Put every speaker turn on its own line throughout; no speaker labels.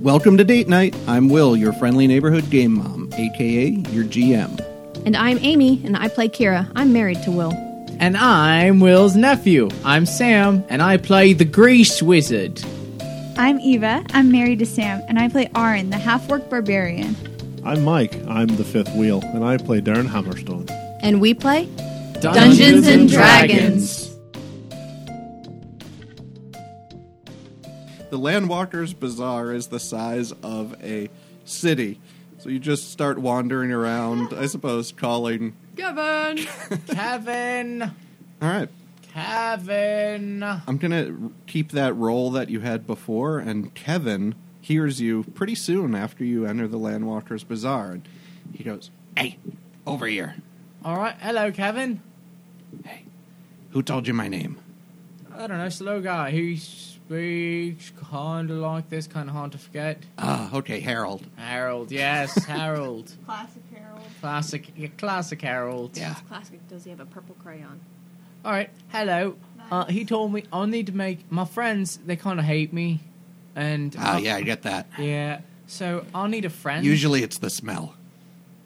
Welcome to Date Night. I'm Will, your friendly neighborhood game mom, aka your GM.
And I'm Amy, and I play Kira. I'm married to Will.
And I'm Will's nephew. I'm Sam, and I play the Grease Wizard.
I'm Eva. I'm married to Sam, and I play Arin, the half-orc barbarian.
I'm Mike. I'm the fifth wheel, and I play Darren Hammerstone.
And we play?
Dungeons
and Dragons.
The Landwalker's Bazaar is the size of a city. So you just start wandering around, I suppose, calling.
Kevin!
Kevin!
All right,
Kevin!
I'm going to keep that role that you had before, and Kevin hears you pretty soon after you enter the Landwalker's Bazaar. And he goes, Hey, over here.
Alright, hello, Kevin.
Hey, who told you my name?
I don't know, slow guy. He speaks kinda like this, kinda hard to forget.
Ah, okay, Harold.
Harold, yes, Harold.
Classic Harold.
classic, yeah, classic Harold.
Yeah.
Classic, does he have a purple crayon?
Alright, hello. Uh, he told me I need to make my friends, they kinda hate me. And. uh,
Ah, yeah, I get that.
Yeah, so I need a friend.
Usually it's the smell.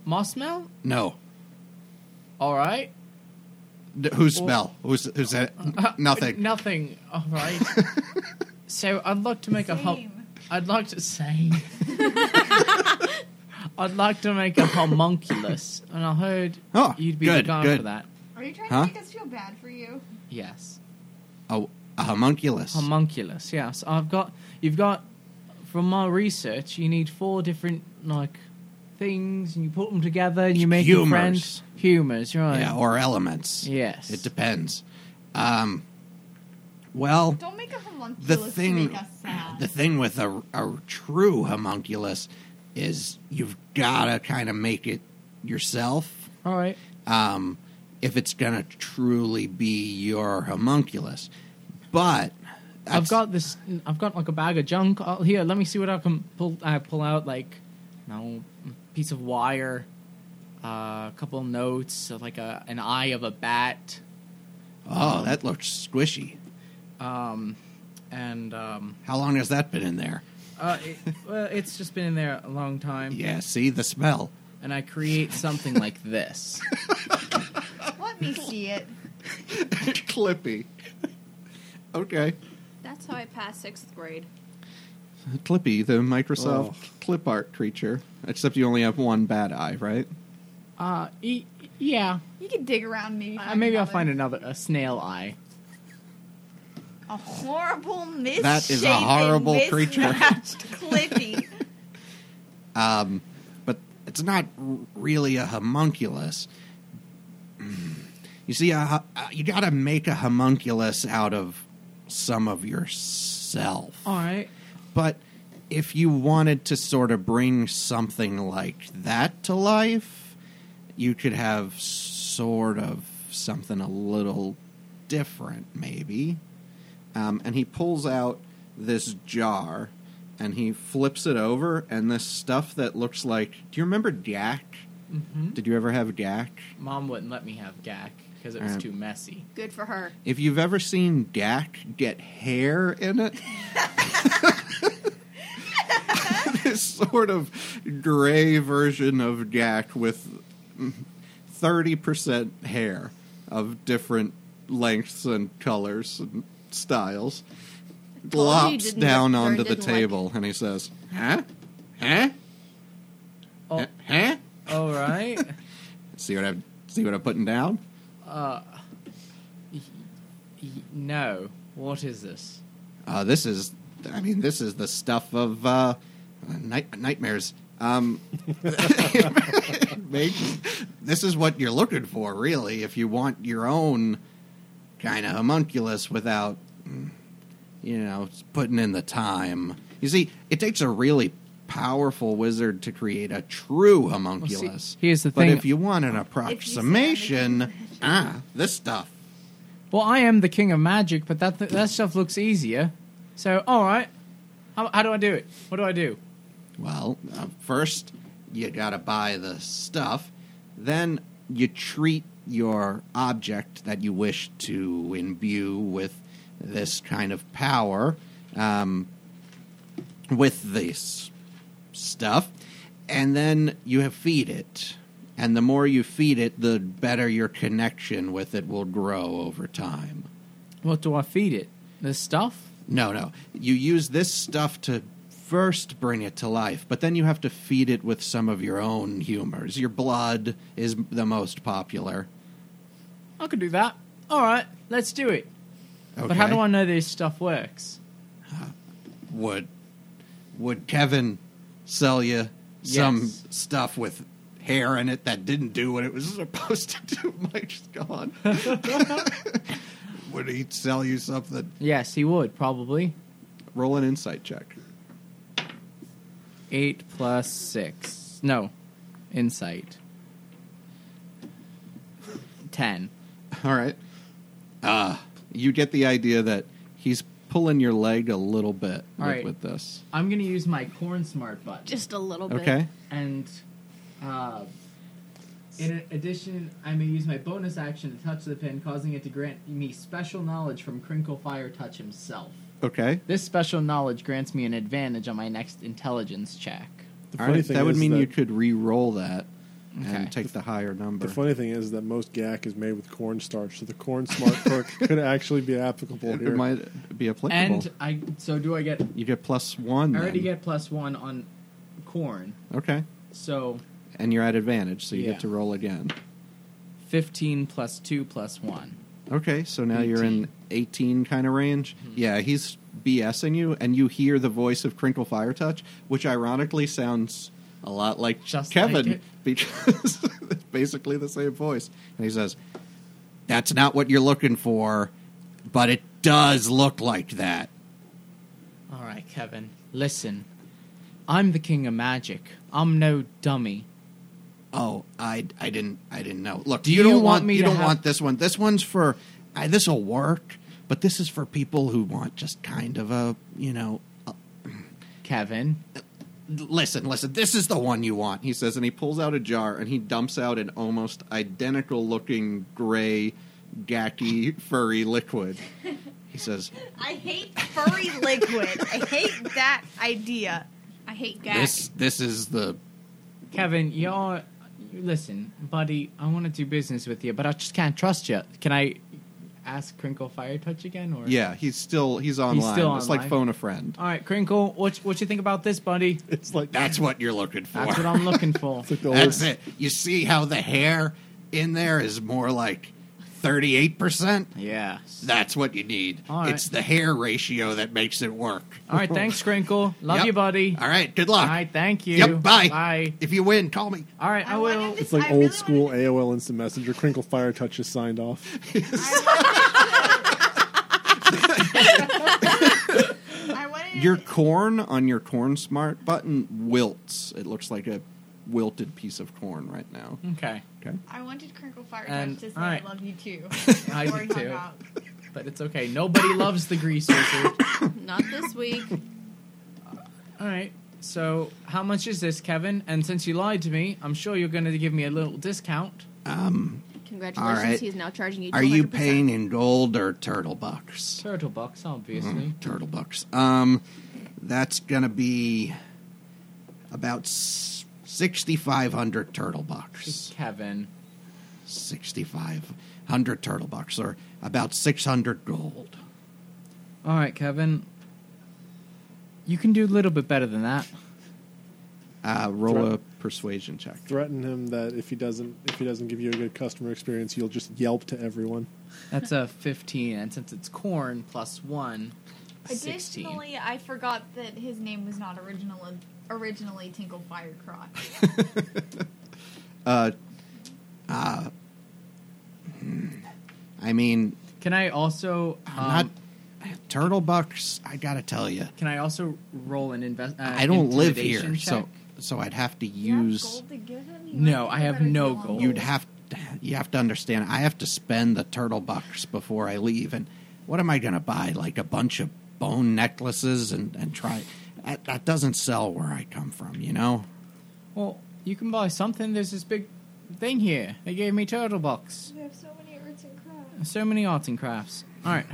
My smell?
No.
Alright.
D- whose smell? Who's, who's that?
uh,
Nothing.
Nothing. All right. so I'd like to make a ho-
Same.
I'd like to say. I'd like to make a homunculus, and I heard
Oh,
you'd be
good,
the guy
good.
for that.
Are you trying
Huh?
to make us feel bad for you?
Yes,
Oh, a homunculus.
homunculus. Yes, I've got. You've got. From my research, you need four different like things, and you put them together, and you make a
Humors.
friend. Humors, right?
yeah, or elements.
yes.
It depends. Um, well,
Don't make a homunculus
the
to
thing,
make us sad.
the thing with a, a true homunculus is you've got to kind of make it yourself.
All right.
um, if it's going to truly be your homunculus. But
I've got this. I've got like a bag of junk out here. Let me see what I can pull. I pull out like, you know, a piece of wire, uh, a couple of notes, uh, like a an eye of a bat,
oh, that looks squishy.
um, and um,
How long has that been in there?
uh, it, well, it's just been in there a long time.
Yeah, see the smell.
And I create something like this.
Let me see it.
Clippy. Okay,
That's how I passed sixth grade.
Clippy, the Microsoft
Oh.
clip art creature. Except you only have one bad eye, right?
Uh, e- yeah.
You can dig around, maybe.
Uh, maybe I'll find another a snail eye.
a horrible misshapen,
That is a horrible creature.
mismatched Clippy.
Um, but it's not r- really a homunculus. Mm. You see, a, hu- uh, you got to make a homunculus out of some of yourself.
All right.
But if you wanted to sort of bring something like that to life, you could have sort of something a little different, maybe. Um, and he pulls out this jar and he flips it over, and this stuff that looks like. Do you remember Gak?
hmm
Did you ever have Gak?
Mom wouldn't let me have Gak because it was
Um,
too messy.
Good for her.
If you've ever seen Gak get hair in it, this sort of gray version of Gak with 30% hair of different lengths and colors and styles
you
glops
didn't-
down
Vern
onto the
didn't like-
table and he says, Huh? Huh?
Oh,
Huh?
all right.
See what I'm see what I'm putting down?
Uh, y- y- no. What is this?
Uh, this is, I mean, this is the stuff of uh, night- nightmares. Um, makes- this is what you're looking for, really, if you want your own kind of homunculus without, mm, you know, putting in the time. You see, it takes a really powerful wizard to create a true homunculus.
here's the
but
thing.
if you want an
If you say
approximation, ah, this stuff.
well, I am the king of magic, but that th- that stuff looks easier. So, all right. How, how do I do it? What do I do?
Well, uh, first you gotta buy the stuff, then you treat your object that you wish to imbue with this kind of power. Um, with this stuff, and then you have feed it. And the more you feed it, the better your connection with it will grow over time.
What do I feed it? This stuff?
No, no. You use this stuff to first bring it to life, but then you have to feed it with some of your own humors. Your blood is the most popular.
I could do that. All right, let's do it. But how
Okay.
do I know this stuff works?
would would Kevin sell you some
Yes.
stuff with hair in it that didn't do what it was supposed to do? Mike's gone. would he sell you something?
Yes, he would probably.
Roll an insight check.
Eight plus six. No, insight. Ten.
All right. Uh, you get the idea that he's pulling your leg a little bit with,
All right.
with this.
I'm gonna use my corn smart button.
Just a little bit.
Okay.
and uh, in addition, I may use my bonus action to touch the pin, causing it to grant me special knowledge from Crinkle Fire Touch himself.
Okay.
This special knowledge grants me an advantage on my next intelligence check.
The
All
funny
right.
thing
That would
is
mean
that-
you could re-roll that
Okay.
and take the higher number.
The funny thing is that most GAC is made with cornstarch, so the corn smart perk could actually be applicable
it
here.
might be applicable.
And I so do I get?
you get plus one.
I already
then.
get plus one on corn,
Okay.
so
And you're at advantage, so you
Yeah.
get to roll again.
fifteen plus two plus one.
Okay, so now you're in 18 kind of range.
Mm-hmm.
Yeah, he's BSing you, and you hear the voice of Crinkle Fire Touch, which ironically sounds a lot like
Just like
Kevin
it.
because it's basically the same voice. And he says, That's not what you're looking for, but it does look like that.
All right, Kevin, listen. I'm the king of magic. I'm no dummy.
Oh, I, I didn't I didn't know. Look,
Do
you,
you
don't
want
want
me
you
to
don't
have-
want this one. This one's for I this'll work, but this is for people who want just kind of a you know a-
Kevin,
listen, listen, this is the one you want, he says, and he pulls out a jar and he dumps out an almost identical looking gray, gacky, furry liquid. He says,
I hate furry liquid. I hate that idea.
I hate gas.
This this is the
Kevin, you're. Listen, buddy, I want to do business with you, but I just can't trust you. Can I ask Crinkle Fire Touch again? Or
Yeah, he's still he's online.
still
it's like
online.
phone a friend.
All right, Crinkle, what what you think about this, buddy?
It's like
That's what you're looking for.
That's what I'm looking for.
it's like the
That's
old,
it. You see how the hair in there is more like 38%?
yeah.
That's what you need.
All right.
It's the hair ratio that makes it work.
All right, thanks, Crinkle. Love
Yep.
you, buddy.
All right, good luck.
All right, thank you.
Yep, bye.
Bye.
If you win, call me.
All right, I,
I
will.
wanted
it's like
I
old
really
school AOL Instant Messenger. Crinkle Fire Touch is signed off.
I wanted
Your corn on your corn smart button wilts. It looks like a wilted piece of corn right now.
Okay,
Okay.
I wanted Crinkle Fire
And-
Touch to say
alright.
I love you too.
I
Before
did
he hung
too.
up.
but it's okay. Nobody loves the grease wizard.
Not this week.
All right. So, how much is this, Kevin? And since you lied to me, I'm sure you're going to give me a little discount.
Congratulations.
All right.
He's now charging you.
Are you
200%.
paying in gold or turtle bucks?
Turtle bucks, obviously.
Turtle bucks. Um, that's gonna be about sixty five hundred turtle bucks.
Kevin.
Sixty five hundred turtle bucks, or about six hundred gold.
All right, Kevin. You can do a little bit better than that.
Uh, roll a persuasion check.
Threaten him that if he doesn't if he doesn't give you a good customer experience, you'll just yelp to everyone.
That's a 15, and since it's corn plus 1, 16.
Additionally, I forgot that his name was not original originally Tinkle Firecrotch.
I mean,
Can I also
not
um,
turtle bucks. I gotta tell you,
can I also roll an invest uh,
I don't live here,
intimidation
so
check?
so I'd have to
You have
use.
gold to give him? You
No,
must
I
be
have
better
no
than all
gold.
You'd have to, you have to understand. I have to spend the turtle bucks before I leave, and what am I going to buy? Like a bunch of bone necklaces and and try. That, that doesn't sell where I come from, you know.
Well, you can buy something. There's this big thing here. They gave me turtle box.
We have so many arts and crafts.
So many arts and crafts. All right.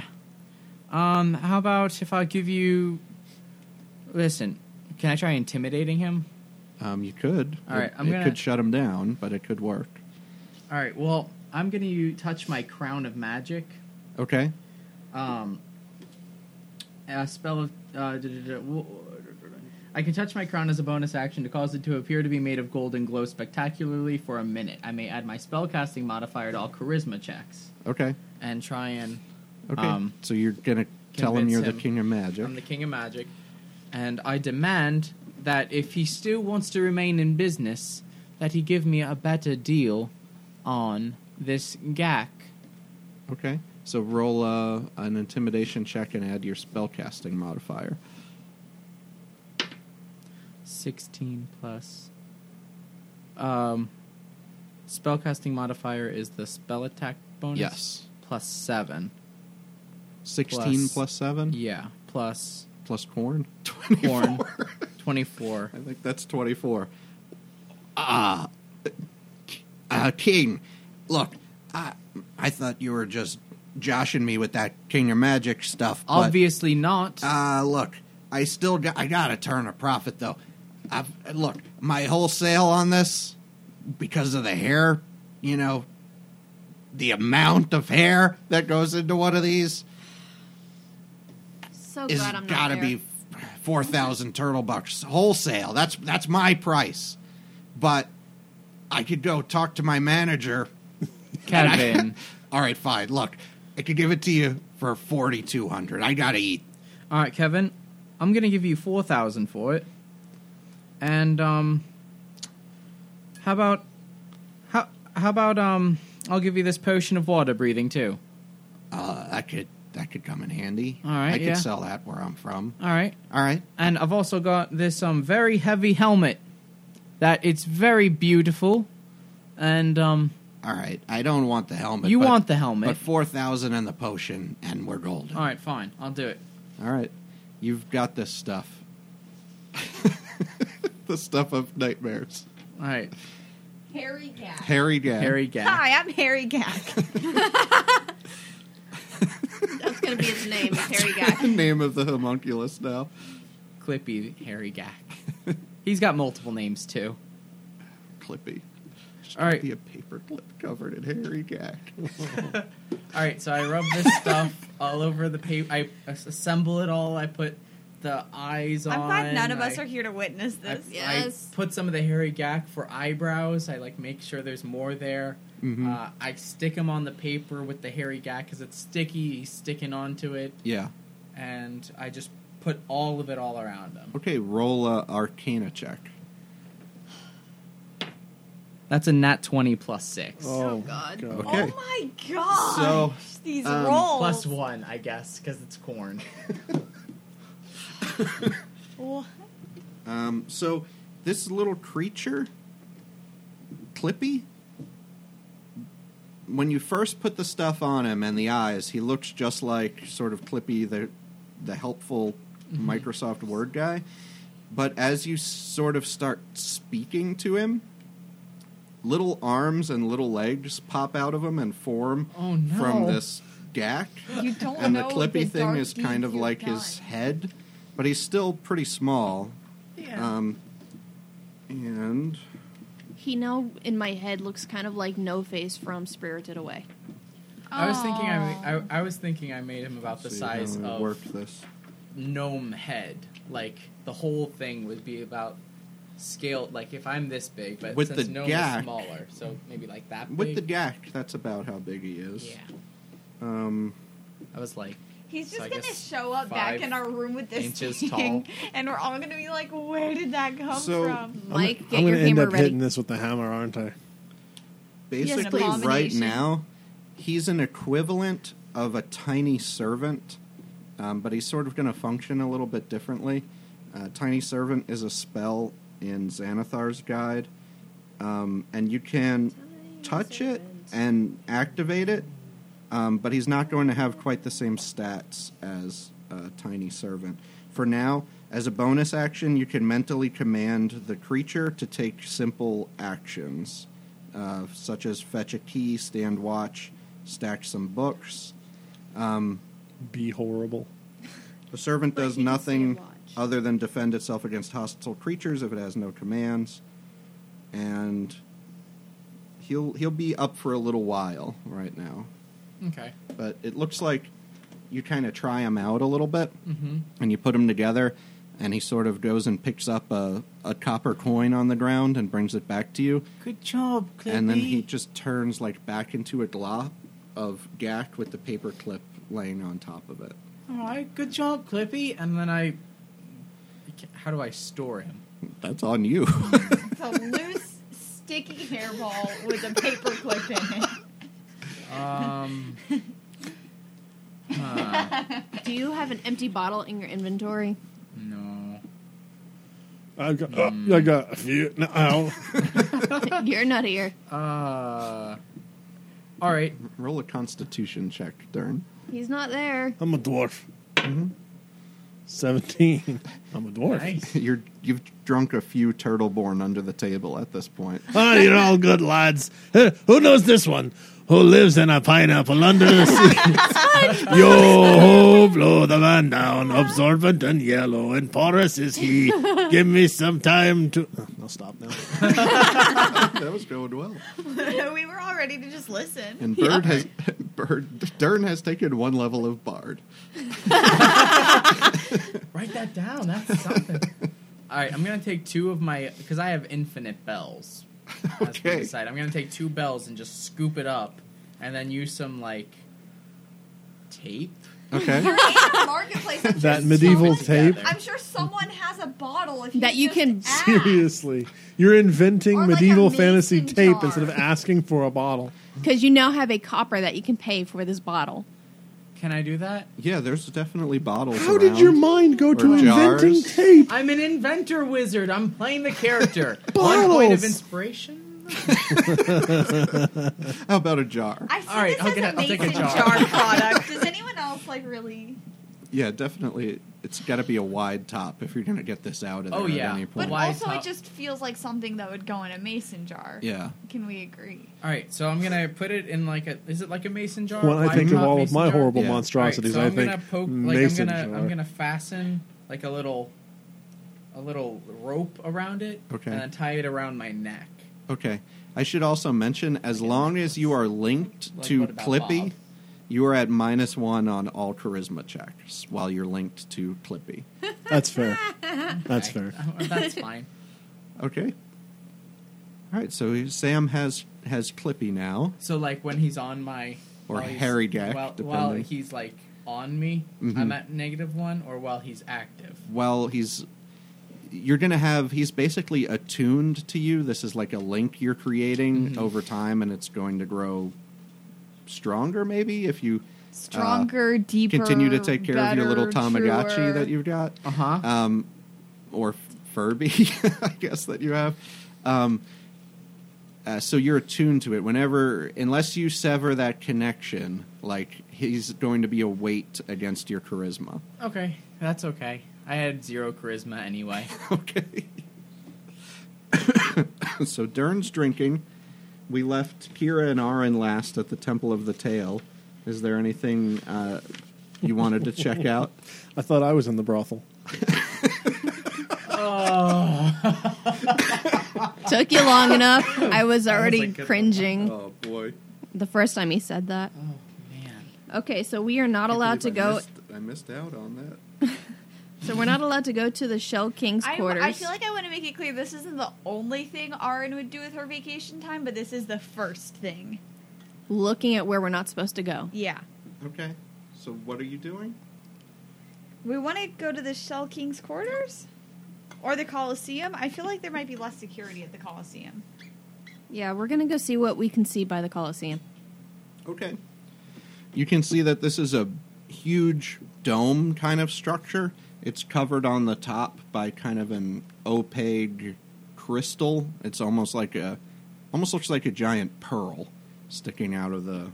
Um, how about if I give you? Listen, Can I try intimidating him?
Um, you could.
All right,
It,
I'm
it
gonna-
could shut him down, but it could work.
All right. Well, I'm gonna u- touch my crown of magic.
Okay.
Um, a spell of. Uh, da- da- da- wo- I can touch my crown as a bonus action to cause it to appear to be made of gold and glow spectacularly for a minute. I may add my spellcasting modifier to all charisma checks
Okay.
and try and.
Okay.
Um,
so you're gonna tell him
convince
you're the
him
king of magic.
I'm the king of magic, and I demand that if he still wants to remain in business, that he give me a better deal on this gak.
Okay. So roll uh, an intimidation check and add your spellcasting modifier.
16 plus. Um, spellcasting modifier is the spell attack bonus.
Yes.
Plus seven.
Sixteen
Plus-
plus, plus seven
Yeah. Plus
plus corn. Twenty-four.
corn. 24.
I think that's twenty-four. Ah, uh, king. Look, I I thought you were just joshing me with that king of magic stuff. but-
Obviously not.
Uh, look, I still got, I got to turn a profit though. I've, look, my wholesale on this because of the hair, you know, the amount of hair that goes into one of these
So
is
glad I'm not
got to
there.
be four thousand turtle bucks wholesale. That's that's my price, but I could go talk to my manager. and I-
Kevin.
all right, fine. Look, I could give it to you for forty two hundred. I got to eat.
All right, Kevin, I'm gonna give you four thousand for it, and um, how about how how about um, I'll give you this potion of water breathing too.
Uh, that could that could come in handy.
All right,
I could
yeah.
sell that where I'm from.
All right,
All right,
and I've also got this um very heavy helmet that it's very beautiful, and um,
all right. I don't want the helmet.
You
but-
want the helmet.
but four thousand and the potion, and we're golden.
all right, fine, I'll do it.
All right. You've got this stuff. the stuff of nightmares.
All right,
Harry Gack.
Harry Gad.
Harry Gack.
Hi, I'm Harry Gack.
That's going to be his name, is Harry Gack.
Name of the homunculus now.
Clippy Harry Gack. He's got multiple names too.
Clippy. Just
All right.
Be a paper clip covered in Harry Gack.
All right, so I rub this stuff all over the paper. I as- assemble it all. I put the eyes
I'm
on.
glad none of
I-
us are here to witness
I,
this.
I
Yes.
put some of the hairy gack for eyebrows. I like make sure there's more there.
Mhm.
Uh, I stick them on the paper with the hairy gack because it's sticky, he's sticking onto it,
yeah.
and I just put all of it all around them.
Okay. Roll a Arcana check.
That's a nat twenty plus six.
Oh,
God.
Okay.
Oh my gosh!
So,
These
um,
rolls.
Plus one, I guess, because it's corn.
Well,
Um, so this little creature, Clippy, when you first put the stuff on him and the eyes, he looks just like sort of Clippy, the the helpful
Mm-hmm.
Microsoft Word guy. But as you sort of start speaking to him, little arms and little legs pop out of him and form
Oh, no.
from this gack.
You don't
and the
know
Clippy
the
thing
dark
is kind
deeds
of
you've
like his head, but he's still pretty small. Um, and
He now, in my head, looks kind of like No Face from Spirited Away.
I was thinking I, I, I was thinking I made him about the
see
size
how we
of
work this.
gnome head. Like the whole thing would be about scale. Like if I'm this big, but
With
since
the
gnome
gack-
is smaller, so maybe like that.
With the
big.
gack, that's about how big he is.
yeah.
Um,
I was like,
He's
So
just
I
gonna
guess
show up
five
back in our room with this
inches
thing,
tall.
and we're all gonna be like, "Where did that come
So-
from?"
Mike,
I'm,
get
gonna
your
end
hammer
up
ready.
hitting this with the hammer, aren't I?
an
basically, right
abomination.
now, he's an equivalent of a tiny servant, um, but he's sort of going to function a little bit differently. Uh, tiny servant is a spell in Xanathar's guide, um, and you can touch it and activate it, um, but he's not going to have quite the same stats as uh, Tiny Servant. For now, as a bonus action, you can mentally command the creature to take simple actions, uh, such as fetch a key, stand watch, stack some books.
Be horrible.
The servant does nothing other than defend itself against hostile creatures if it has no commands. And he'll he'll be up for a little while right now.
Okay.
But it looks like you kind of try him out a little bit
Mm-hmm.
and you put them together and he sort of goes and picks up a, a copper coin on the ground and brings it back to you
Good job, Clippy.
and then he just turns like back into a glob of gack with the paper clip laying on top of it
All right, good job, Clippy. And then I. How do I store him?
that's on you
It's a loose, sticky hairball with a paper clip in it.
Um. uh, huh,
Do you have an empty bottle in your inventory?
no.
I've got,
Mm.
uh, I got a few. No, ow.
You're not here.
Uh. All right.
roll a constitution check Dern.
He's not there.
I'm a dwarf. Mm-hmm. 17. I'm a dwarf.
Nice.
you're you've drunk a few turtle born under the table at this point
Ah, you're all good lads. Eh, Who knows this one? Who lives in a pineapple under the sea? Yo ho, blow the man down, absorbent and yellow, and porous is he. Give me some time to. uh,
I'll stop now.
Ah.
that was going well
we were all ready to just listen.
and bird has bird dern has taken one level of bard
Write that down. That's something. All right, I'm gonna take two of my because I have infinite bells. That's what I
Okay.
decide. I'm gonna take two bells and just scoop it up, and then use some like tape.
okay
Marketplace. I'm
That
sure
medieval
someone-
tape.
I'm sure someone has a bottle if
That you
just
can-
ask.
Seriously. You're inventing
Or like a
medieval fantasy
mason
tape
jar.
instead of asking for a bottle.
Because you now have a copper that you can pay for this bottle.
Can I do that?
yeah there's definitely bottles
How did your
around.
mind go to
Or jars.
inventing tape?
I'm an inventor wizard. I'm playing the character. One point
Bottles.
of inspiration.
How about a jar?
I see
All right,
this
I'll
as
get it.
a
I'll take a
mason
jar.
jar product. Does anyone else like really?
yeah, definitely. It's got to be a wide top if you're going to get this out of there
Oh,
at
yeah.
any
But
point.
Why
also,
top-
it just feels like something that would go in a mason jar.
Yeah. Uh,
Can we agree?
All right, so I'm gonna put it in like a. Is it like a mason jar?
When I
Wide
think of
top
all of
mason
my
jar?
horrible
Yeah.
monstrosities,
All right,
I
so
think
I'm gonna poke, like, I'm
mason
gonna,
jar.
I'm gonna fasten like a little, a little rope around it,
Okay.
and then tie it around my neck.
Okay. I should also mention as long as you are linked
Like,
to
what about
Clippy,
Bob?
you are at minus one on all charisma checks while you're linked to Clippy.
That's fair. That's
Okay.
fair.
oh, That's fine.
Okay. All right. So Sam has has Clippy now.
So like when he's on my
Or
while he's-
hairy gack,
while, while
depending.
he's like on me,
Mhm.
I'm at negative one, or while he's active.
Well, he's you're going to have he's basically attuned to you. This is like a link you're creating
Mhm.
over time, and it's going to grow stronger. Maybe if you
Stronger, deeper.
continue to take care of your little
better,
Tamagotchi
truer.
that you've got,
Uh huh.
um, or Furby, I guess that you have. Um, uh, so you're attuned to it. Whenever, unless you sever that connection, like he's going to be a weight against your charisma.
okay, that's okay. I had zero charisma anyway.
Okay. so Dern's drinking. We left Kira and Arin last at the Temple of the Tail. Is there anything uh, you wanted to check out?
I thought I was in the brothel.
Oh,
Took you long enough. I was already
like, good one.
cringing
Oh boy.
the first time he said that.
oh man.
Okay, so we are not allowed to go.
I missed out on
So we're not allowed to go to the Shell King's
I,
quarters.
I feel like I want to make it clear this isn't the only thing Arin would do with her vacation time, but this is the first thing.
looking at where we're not supposed to go.
Yeah.
that. Okay. So what are you doing?
We want to go to the Shell King's quarters or the Coliseum. I feel like there might be less security at the Coliseum.
Yeah, we're gonna go see what we can see by the Coliseum.
Okay. You can see that this is a huge dome kind of structure. It's covered on the top by kind of an opaque crystal. It's almost like a almost looks like a giant pearl sticking out of the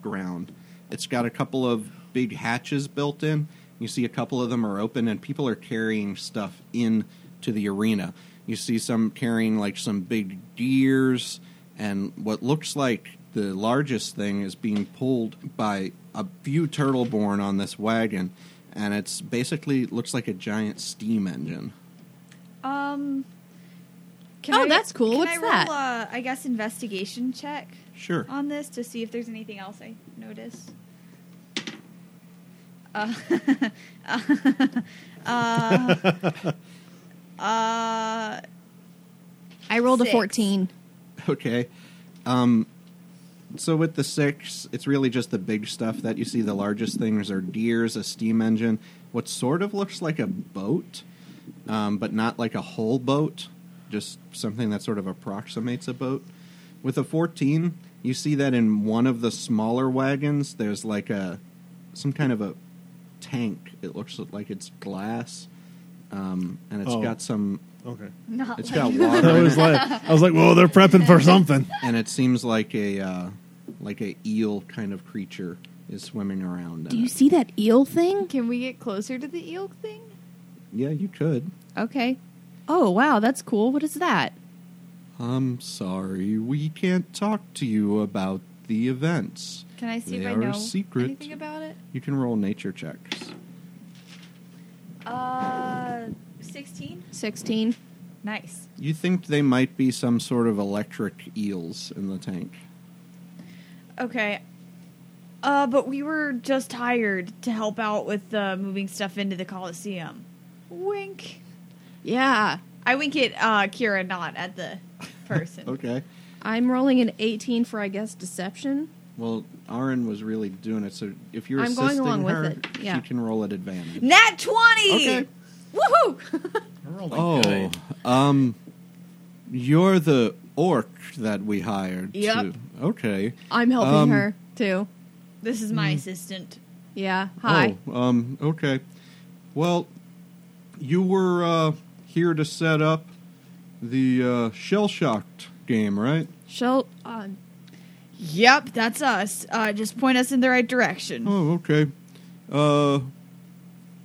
ground. It's got a couple of big hatches built in. You see a couple of them are open and people are carrying stuff in to the arena. You see some carrying like some big gears and what looks like the largest thing is being pulled by a few turtleborn on this wagon and it's basically looks like a giant steam engine.
Um. can
Oh, that's cool.
Can
What's
I
that?
Roll, uh, I guess investigation check
Sure.
on this to see if there's anything else I notice. Uh, uh, uh,
I rolled
Six.
a 14.
Okay. Um, so with the six, it's really just the big stuff that you see. The largest things are deers, a steam engine, what sort of looks like a boat, um, but not like a whole boat, just something that sort of approximates a boat. With a 14, you see that in one of the smaller wagons, there's like a some kind of a tank. It looks like it's glass, um, and it's
Oh.
got some.
Okay.
not
It's
like-
got water.
I
in
was
it
like, I was like, whoa, they're prepping for something.
and it seems like a uh, like a eel kind of creature is swimming around. In
Do you
it.
see that eel thing?
Can we get closer to the eel thing?
Yeah, you could.
Okay. Oh, wow, that's cool. What is that?
I'm sorry, we can't talk to you about the events.
Can I see
They
if I
are a
know
secret.
anything about it?
You can roll nature checks.
Uh, sixteen.
16.
Nice.
You think they might be some sort of electric eels in the tank.
Okay. Uh, but we were just hired to help out with uh, moving stuff into the Coliseum. Wink.
Yeah.
I wink at uh, Kira, not at the person.
Okay.
I'm rolling an 18 for, I guess, deception.
Well, Arin was really doing it, so if you're
I'm going
assisting
along with
her,
it, yeah.
she can roll at advantage.
Nat 20!
Okay.
Woohoo!
Oh, um, you're the orc that we hired.
Yep.
to- Okay.
I'm helping
Um,
her, too.
this is
Hmm.
my assistant.
Yeah. Hi.
Oh, um, okay. Well, you were uh, here to set up the uh, shell shocked game, right?
Shell. Um,
Yep, that's us. Uh, just point us in the right direction.
Oh, okay. Uh,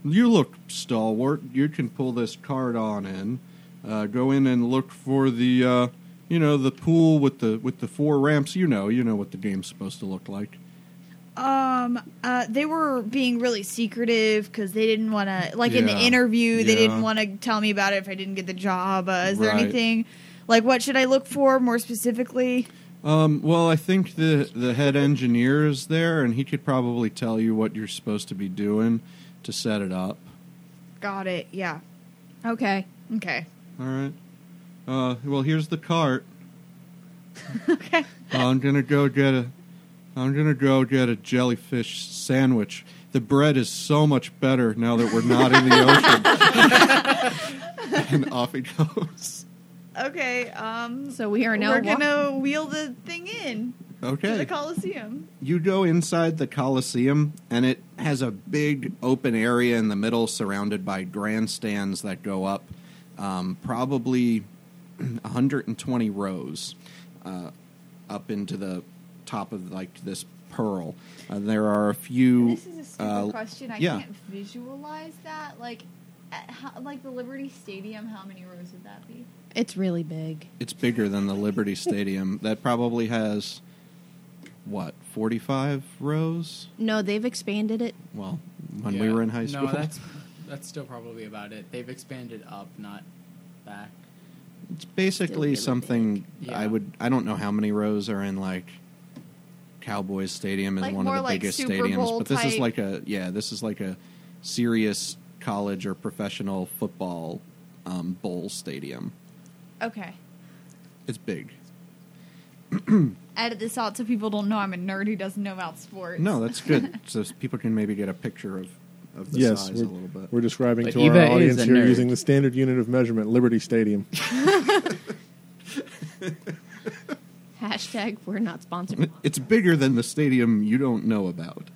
you look stalwart. You can pull this card on in. Uh, go in and look for the, uh, you know, the pool with the with the four ramps. You know, you know what the game's supposed to look like.
Um, uh, they were being really secretive because they didn't want to, like in the
Yeah.
interview, they didn't
Yeah.
want to tell me about it if I didn't get the job. Uh, is there
Right.
anything, like, what should I look for more specifically?
Um, well, I think the the head engineer is there, and he could probably tell you what you're supposed to be doing to set it up.
Got it. Yeah.
okay.
Okay.
All right. Uh, well, here's the cart.
Okay.
I'm gonna go get a. I'm gonna go get a jellyfish sandwich. The bread is so much better now that we're not in the ocean. and off he goes.
Okay. Um,
So we are now.
we're
walk-
gonna wheel the thing in to the
Okay.
Coliseum.
you go inside the Coliseum, and it has a big open area in the middle surrounded by grandstands that go up um, probably 120 rows uh, up into the top of like this pearl. Uh, there are a few.
This is a stupid
uh,
question. I
yeah.
can't visualize that. Like, at how, like the Liberty Stadium, how many rows would that be?
It's really big.
It's bigger than the Liberty Stadium. That probably has what 45 rows.
No, they've expanded it.
Well, when we were in high school,
No, that's that's still probably about it. They've expanded up, not back.
It's basically
really
something
big.
I
Yeah.
would. I don't know how many rows are in like Cowboys Stadium is
Like
one of
more
the
like
biggest
Super
stadiums,
Bowl
but this is
type-
like a yeah, this is like a serious college or professional football um, bowl stadium.
Okay.
It's big.
Edit this out so people don't know I'm a nerd who doesn't know about sports.
No, that's good. so people can maybe get a picture of of the
yes,
size
we're,
a little bit.
we're describing
But
to our
Eva is
audience
a
here
nerd.
using the standard unit of measurement, Liberty Stadium.
Hashtag we're not sponsored.
It's bigger than the stadium you don't know about.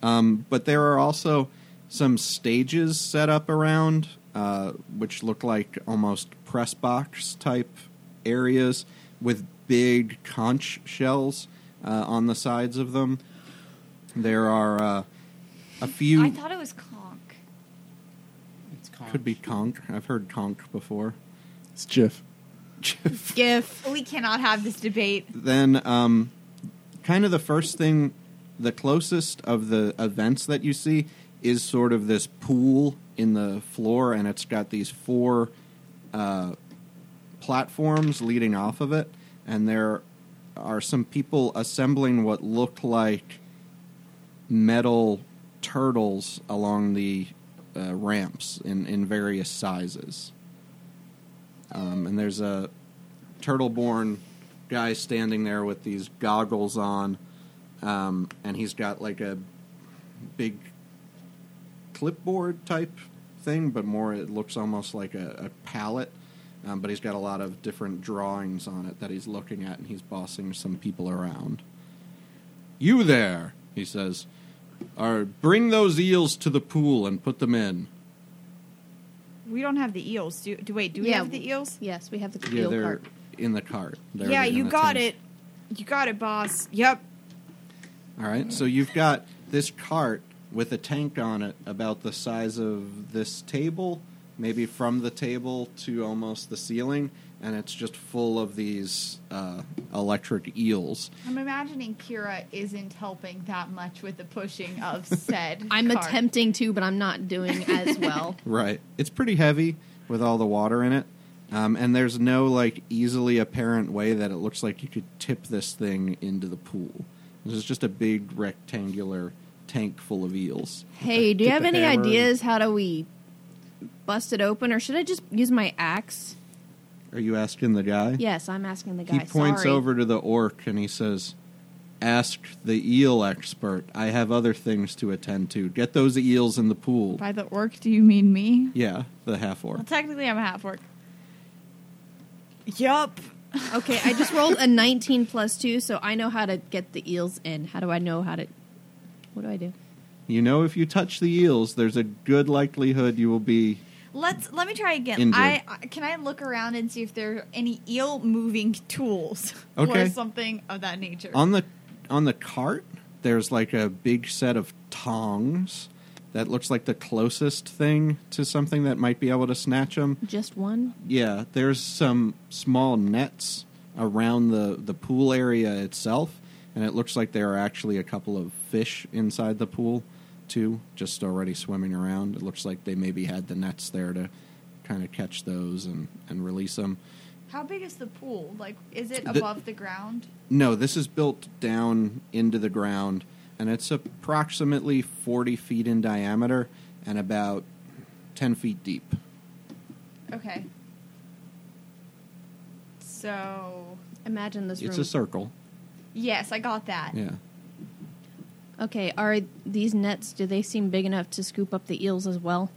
Um, but there are also some stages set up around, uh, which look like almost press box type areas with big conch shells uh, on the sides of them. There are uh, a few.
I thought it was conch.
It's calm.
could be conch. I've heard conch before.
It's Jiff.
GIF.
We cannot have this debate.
then um, kind of the first thing, the closest of the events that you see is sort of this pool in the floor, and it's got these four uh, platforms leading off of it, and there are some people assembling what look like metal turtles along the uh, ramps in, in various sizes. Um, and there's a turtle-born guy standing there with these goggles on, um, and he's got like a big clipboard type thing, but more it looks almost like a, a palette. Um, but he's got a lot of different drawings on it that he's looking at, and he's bossing some people around. You there, he says, are bring those eels to the pool and put them in.
We don't have the eels. Do, do wait? Do we
Yeah.
have the eels?
Yes, we have the
Yeah,
eel
they're
cart.
in the cart. They're
yeah,
in
you
the
got
tent.
it. You got it, boss. Yep.
All right, so you've got this cart with a tank on it about the size of this table, maybe from the table to almost the ceiling, and it's just full of these uh, electric eels.
I'm imagining Kira isn't helping that much with the pushing of said.
I'm
cart.
attempting to, but I'm not doing as well.
Right. It's pretty heavy with all the water in it. Um, and there's no like easily apparent way that it looks like you could tip this thing into the pool. This is just a big rectangular tank full of eels.
hey, do you
Get
have
the
any
hammer.
ideas? How do we bust it open, or should I just use my axe?
Are you asking the guy?
Yes, I'm asking the guy.
He points
Sorry.
over to the orc and he says, "Ask the eel expert. I have other things to attend to. Get those eels in the pool."
By the orc, do you mean me?
Yeah, the half orc.
Well, technically, I'm a half orc.
Yup.
Okay, I just rolled a 19 plus two, so I know how to get the eels in. How do I know how to? What do I do?
You know, if you touch the eels, there's a good likelihood you will be
Let's let me try again.
Injured.
I I can I look around and see if there are any eel moving tools.
Or
Okay.
something of that nature.
on the on the cart there's like a big set of tongs that looks like the closest thing to something that might be able to snatch them
Just one.
yeah there's some small nets around the the pool area itself and it looks like there are actually a couple of fish inside the pool too just already swimming around it looks like they maybe had the nets there to kind of catch those and and release them
How big is the pool? Like, is it
The-
above the ground?
No, this is built down into the ground, and it's approximately 40 feet in diameter and about 10 feet deep.
Okay. So,
Imagine this
It's
room.
a circle.
yes, I got that.
Yeah.
okay, are these nets? Do they seem big enough to scoop up the eels as well?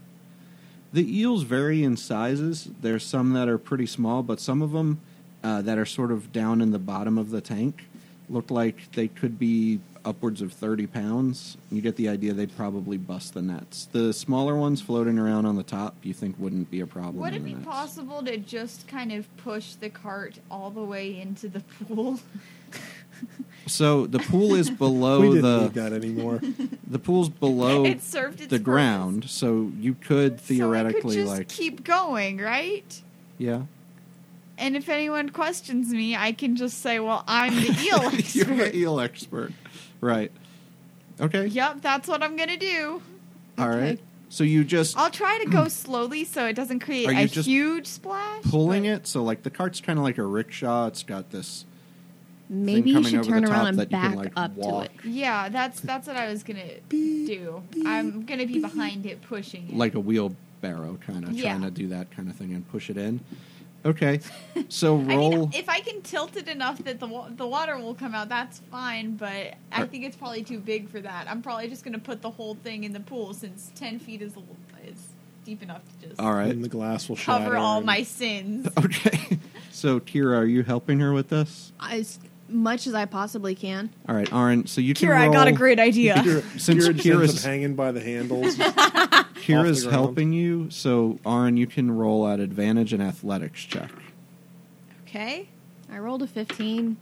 The eels vary in sizes. There's some that are pretty small, but some of them uh, that are sort of down in the bottom of the tank look like they could be upwards of 30 pounds. You get the idea they'd probably bust the nets. The smaller ones floating around on the top, you think wouldn't be a problem.
Would it
in the
be
nets.
possible to just kind of push the cart all the way into the pool?
So the pool is below
we didn't
Oh, the
need that anymore.
the pool's below
it served its
the
purpose.
ground, so you could
So I could
theoretically
just
like
keep going, right?
yeah.
And if anyone questions me, I can just say, "Well, I'm the eel
You're the
expert."
eel expert, right? Okay,
yep, that's what I'm gonna do.
all right. So you just
I'll try to go slowly so it doesn't create
Are you
a
just
huge splash.
pulling
but-
it. So like the cart's kind of like a rickshaw. It's got this.
Maybe you
coming
should
over the
turn
top
around and
that you can,
back
like,
up to
walk.
it.
Yeah, that's that's what I was gonna do. I'm gonna be behind it, pushing it.
like a wheelbarrow kind of
Yeah.
trying to do that kind of thing and push it in. Okay, so
I
roll.
mean, if I can tilt it enough that the wa- the water will come out, that's fine. But I
Alright.
think it's probably too big for that. I'm probably just gonna put the whole thing in the pool since ten feet is a little, is deep enough to just
all right.
And the glass will shatter.
cover all
and-
my sins.
Okay. So Kira, are you helping her with this?
As much as I possibly can.
All right, Aaron. So you can.
Kira, I got a
roll-
great idea.
Kira,
Since
Kira just ends
Kira's-
up hanging by the handles.
Kira's
ground.
helping you, so Aaron, you can roll at advantage an athletics check.
Okay,
I rolled a 15.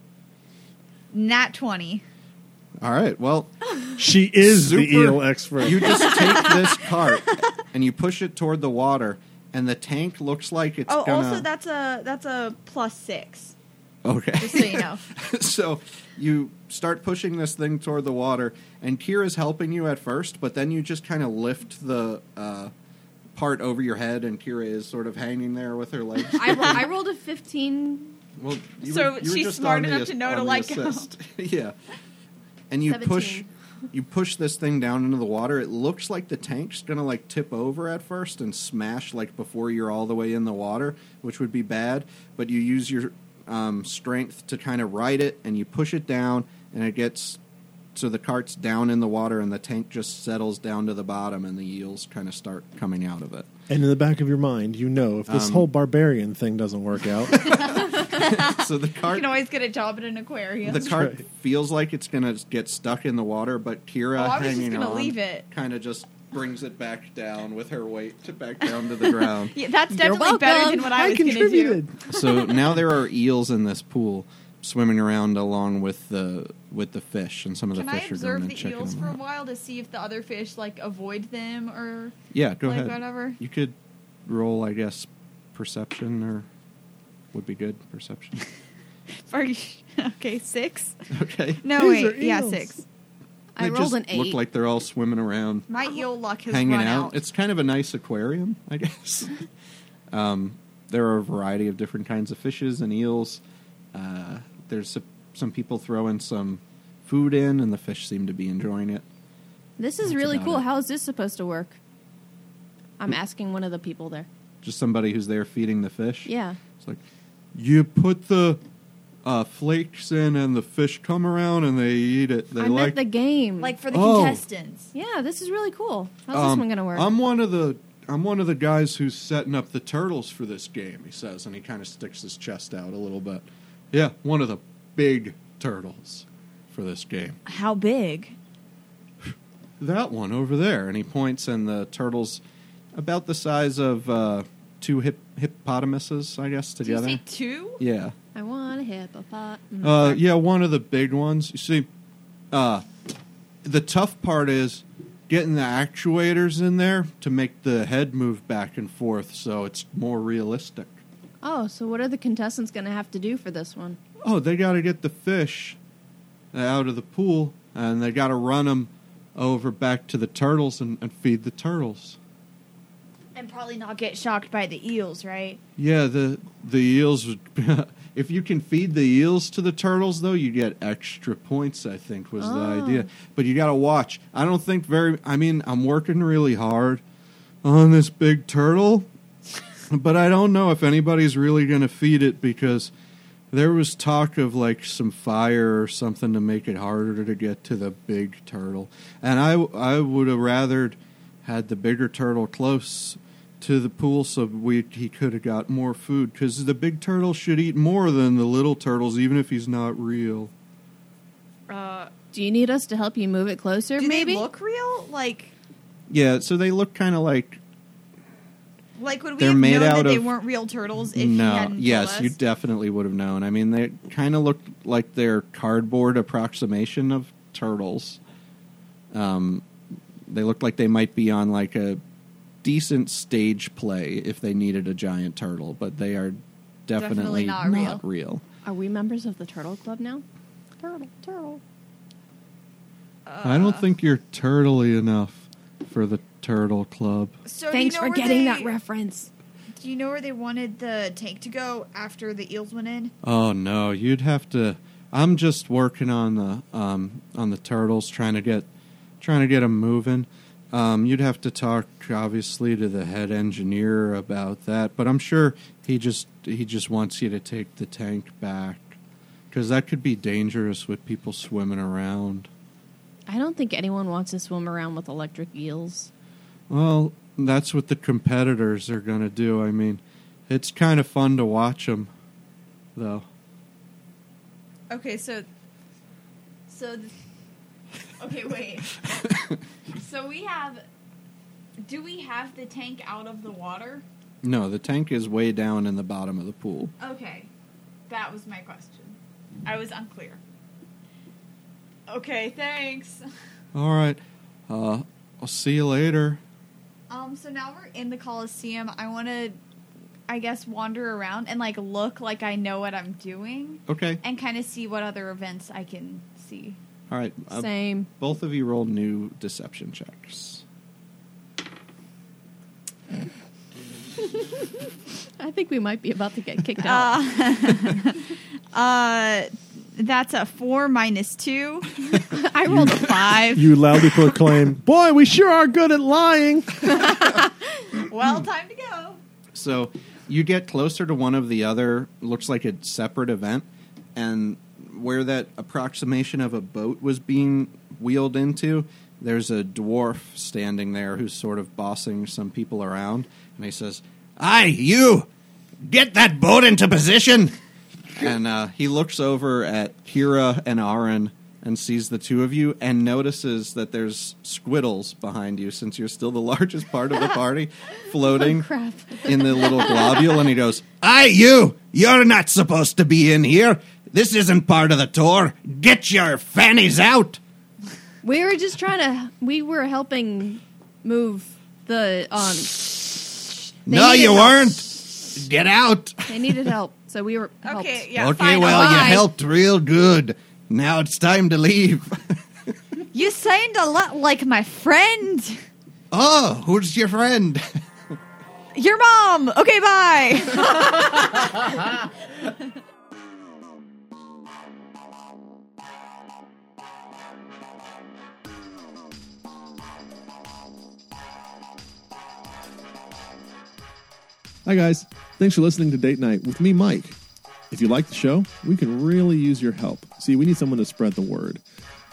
nat twenty.
All right. Well,
she is the
Super-
eel expert.
you just take this cart and you push it toward the water, and the tank looks like it's
oh,
gonna.
also that's a that's a plus six.
Okay.
Just so you know.
so you start pushing this thing toward the water, and Kira's helping you at first, but then you just kind of lift the uh, part over your head, and Kira is sort of hanging there with her legs.
I, ro- I rolled a 15.
Well, you
So
were- you were
she's
just
smart
on the
enough
as-
to know
on
to
the
let go.
assist. yeah, and you push,
17.
you push this thing down into the water. It looks like the tank's gonna like tip over at first and smash like before you're all the way in the water, which would be bad. But you use your um, strength to kind of ride it, and you push it down, and it gets so the cart's down in the water, and the tank just settles down to the bottom, and the eels kind of start coming out of it.
And in the back of your mind, you know if this
Um,
whole barbarian thing doesn't work out,
so the
You
cart
can always get a job at an aquarium.
The cart
right.
feels like it's gonna get stuck in the water, but Kira
Oh, I was just
uh, hanging
gonna
on
leave it.
kind of just brings it back down with her weight to back down to the ground.
yeah, that's definitely better
welcome.
than what I, was going to do.
so now there are eels in this pool swimming around along with the with the fish, and some of the
Can I
fish are going
observe
and
the
checking
eels
them
for a
out.
while to see if the other fish like avoid them or
Yeah, go
like
ahead.
whatever?
You could roll, I guess, perception or would be good perception.
Are you- okay, six.
okay.
No,
These are
wait. Yeah,
eels.
six.
I
They
rolled
just
an 8.
Look like they're all swimming around.
My eel luck has
hanging
run
out.
out.
It's kind of a nice aquarium, I guess. um, there are a variety of different kinds of fishes and eels. Uh, there's s some people throwing some food in, and the fish seem to be enjoying it.
This is
That's
really
about
cool.
it. Hmm.
How is this supposed to work? I'm asking one of the people there.
Just somebody who's there feeding the fish.
Yeah.
It's like you put the uh, flakes in, and the fish come around and they eat it. They
I meant
like
the game.
like for the
Oh.
contestants.
yeah, this is really cool. How's this
Um,
one going to work?
I'm one of the I'm one of the guys who's setting up the turtles for this game. He says, and he kind of sticks his chest out a little bit. Yeah, one of the big turtles for this game.
How big?
That one over there, and he points, and the turtles about the size of uh, two hip, hippopotamuses, I guess,
Do you
together.
say two?
yeah.
I want a hippopot.
Uh, yeah, one of the big ones. You see, uh, the tough part is getting the actuators in there to make the head move back and forth so it's more realistic.
Oh, so what are the contestants going to have to do for this one?
Oh, they got to get the fish out of the pool and they got to run them over back to the turtles and, and feed the turtles.
And probably not get shocked by the eels, right?
Yeah, the the eels. would- if you can feed the eels to the turtles, though, you get extra points. I think was the
Oh.
idea. But you got to watch. I don't think very. I mean, I'm working really hard on this big turtle, but I don't know if anybody's really going to feed it because there was talk of like some fire or something to make it harder to get to the big turtle, and I I would have rathered had the bigger turtle close to the pool so we he could have got more food because the big turtle should eat more than the little turtles even if he's not real.
Uh,
Do you need us to help you move it closer,
do
maybe?
they look real? Like,
Yeah, so they look kind of like
like would we
They're
have
made
known
out
that they
of-
weren't real turtles if he
no.
hadn't
Yes,
told
you
us?
definitely would have known. I mean, they kind of look like their cardboard approximation of turtles. Um, they look like they might be on like a decent stage play if they needed a giant turtle, but they are
Definitely
definitely,
not real.
Not real.
Are we members of the Turtle Club now? Turtle, turtle.
Uh.
I don't think you're turtly enough for the turtle club.
So do
Thanks
you know
for
where
getting
they-
that reference.
Do you know where they wanted the tank to go after the eels went in?
Oh no, you'd have to. I'm just working on the um, on the turtles, trying to get trying to get them moving. Um, you'd have to talk obviously to the head engineer about that, but I'm sure he just he just wants you to take the tank back because that could be dangerous with people swimming around.
I don't think anyone wants to swim around with electric eels.
Well, that's what the competitors are going to do. I mean, it's kind of fun to watch them, though.
Okay, so so th- okay, wait. so we have do we have the tank out of the water?
No, the tank is way down in the bottom of the pool.
Okay. That was my question. I was unclear. Okay, thanks.
All right. Uh, I'll see you later.
Um so now we're in the Coliseum. I want to
I guess, wander around and like look like I know what I'm doing
Okay.
and kind of see what other events I can see.
All right. uh,
Same.
both of you roll new deception checks.
I think we might be about to get kicked out.
Uh, uh, that's a four minus two. I rolled a five.
You loudly proclaim, "Boy, we sure are good at lying."
well, time to go.
So you get closer to one of the other, looks like a separate event, and where that approximation of a boat was being wheeled into, there's a dwarf standing there who's sort of bossing some people around, and he says, "Aye, you, get that boat into position." and uh, he looks over at Kira and Aaron and sees the two of you and notices that there's squiddles behind you since you're still the largest part of the party floating
crap.
in the little globule and he goes "Aye, you you're not supposed to be in here this isn't part of the tour get your fannies out
we were just trying to. We were helping move the. Um, They
no
needed
you
help.
weren't get out
they needed help, so we were helped.
Okay, yeah.
okay
fine,
well
I'll-
you
Bye.
helped real good now it's time to leave
You sound a lot like my friend.
oh who's your friend
Your mom. Okay, bye.
Hi guys, thanks for listening to Date Night with me, Mike. If you like the show, we can really use your help. See, we need someone to spread the word.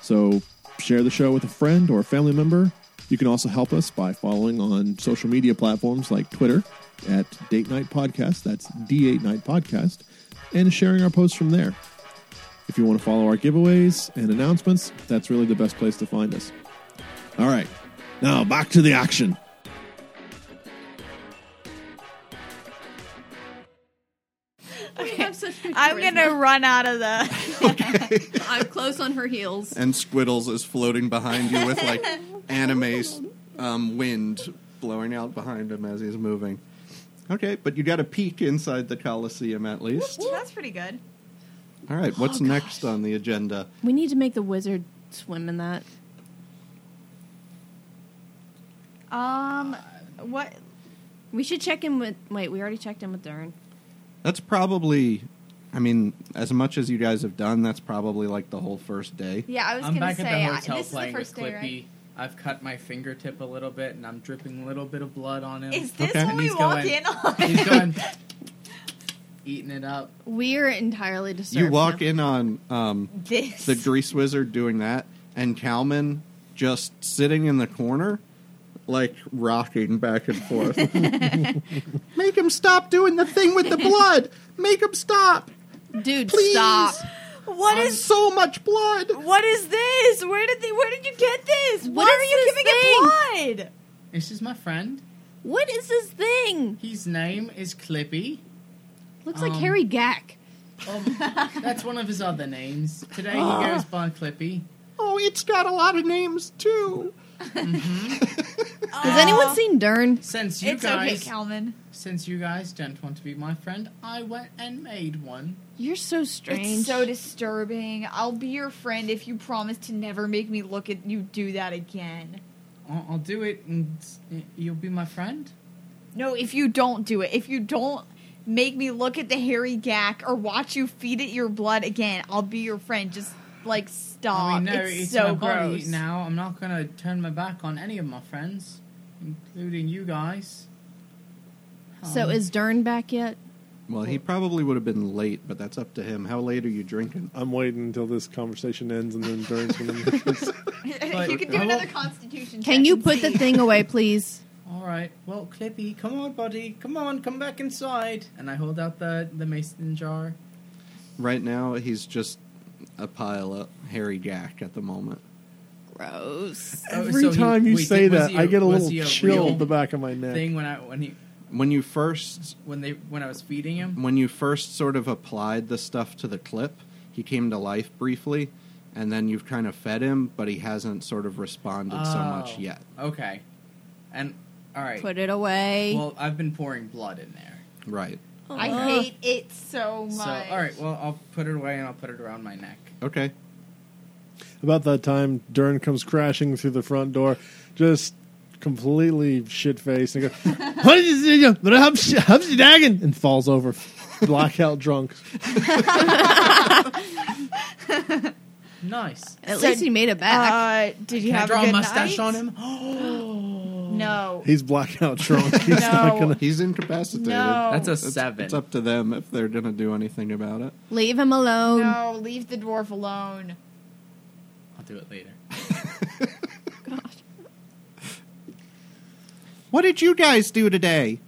So share the show with a friend or a family member. You can also help us by following on social media platforms like Twitter at Date Night Podcast, that's D8 Night Podcast, and sharing our posts from there. If you want to follow our giveaways and announcements, that's really the best place to find us. All right, now back to the action.
We have such good
I'm
charisma.
gonna run out of the.
I'm close on her heels.
and Squiddles is floating behind you with like anime um, wind blowing out behind him as he's moving. Okay, but you got a peek inside the Colosseum at least.
That's pretty good.
All right, what's next on the agenda?
We need to make the wizard swim in that.
Um, what?
We should check in with. Wait, we already checked in with Dern.
That's probably, I mean, as much as you guys have done, that's probably like the whole first day.
Yeah, I was
I'm
gonna
back
say
at the
I,
hotel
this is the
playing
first
with
day,
Clippy.
right?
I've cut my fingertip a little bit, and I'm dripping a little bit of blood on him.
Is this
Okay.
when
And
we
he's
walk
going-
in on?
He's going eating it up.
We're entirely disturbed.
You walk
now.
in on um,
this.
the grease wizard doing that and Calman just sitting in the corner like rocking back and forth make him stop doing the thing with the blood make him stop
dude.
please
Stop.
what
there's
is?
so much blood
What is this? Where did they? Where did you get this? What,
What
are
is
you
this
giving it blood?
This is my friend.
What is this thing?
His name is Clippy.
Looks
Um,
like Harry Gack.
Um, that's one of his other names. Today he goes by Clippy.
oh it's got a lot of names too
Uh.
Has
Oh.
anyone seen Dern?
Since you
It's okay,
guys,
Calvin.
since you guys don't want to be my friend, I went and made one.
You're so strange.
It's so disturbing. I'll be your friend if you promise to never make me look at you do that again.
I'll, I'll do it, and y- you'll be my friend.
No, if you don't do it, if you don't make me look at the hairy gack or watch you feed it your blood again, I'll be your friend. Just like stop.
I mean, no,
it's,
it's,
so
my body
gross.
now. I'm not gonna turn my back on any of my friends, including you guys.
So
Um,
is Dern back yet?
well he probably would have been late but that's up to him how late are you drinking
I'm waiting until this conversation ends and then Dern's going to.
But-
you can do
I
another
won't-
Constitution.
Can
check
you
and
put
see.
the thing away, please?
All right. Well, Clippy, come on, buddy. Come on, come back inside. And I hold out the the mason jar.
right now he's just a pile of hairy gack at the moment
Gross.
Oh,
Every
so he-
time you
wait,
say
did- was
that,
he
I get a
was
little
he
chill
real
at the back of my neck.
Thing when I when he
when you first
when they when I was feeding him.
when you first sort of applied the stuff to the clip, he came to life briefly, and then you've kind of fed him, but he hasn't sort of responded so much
Oh,
yet.
Okay. And all right.
Put it away.
Well, I've been pouring blood in there.
Right.
I
Uh,
hate it so much.
So, all right, well, I'll put it away and I'll put it around my neck.
Okay.
About that time, Dern comes crashing through the front door, just completely shit faced, and goes,
What is it? Hubs- hubs- dagging.
and falls over, blackout drunk.
Nice.
At
So-
least he made it back.
Uh, did you
Can I
have
draw
a
a
good
mustache
night?
on him? Oh,
No.
He's blackout drunk. He's not
No.
gonna.
He's incapacitated.
No.
that's a
It's-
seven.
It's up to them if they're going to do anything about it.
Leave him
Um,
alone.
No, leave the dwarf alone.
I'll do it later.
What did you guys do today?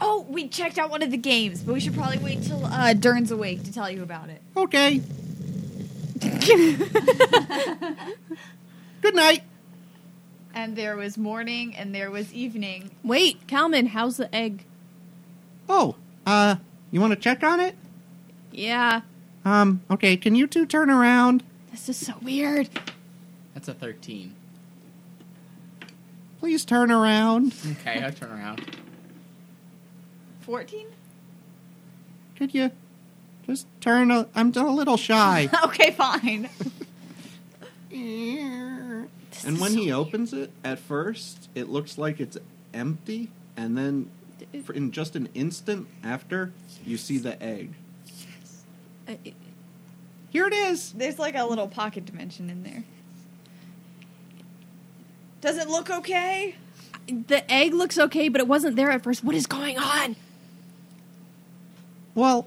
Oh, we checked out one of the games, but we should probably wait till uh, Dern's awake to tell you about it.
Okay. Good night.
And there was morning and there was evening.
Wait, Calman, how's the egg?
Oh, uh, you want to check on it?
Yeah.
Um, okay, can you two turn around?
This is so weird.
That's a 13.
Please turn around.
Okay, I'll turn around.
14?
Could you just turn? A, I'm a little shy.
okay, fine.
and when he opens it, at first it looks like it's empty, and then for- in just an instant after, you see the egg.
Uh, uh,
Here it is.
There's like a little pocket dimension in there. Does it look okay?
The egg looks okay, but it wasn't there at first. What is going on?
Well,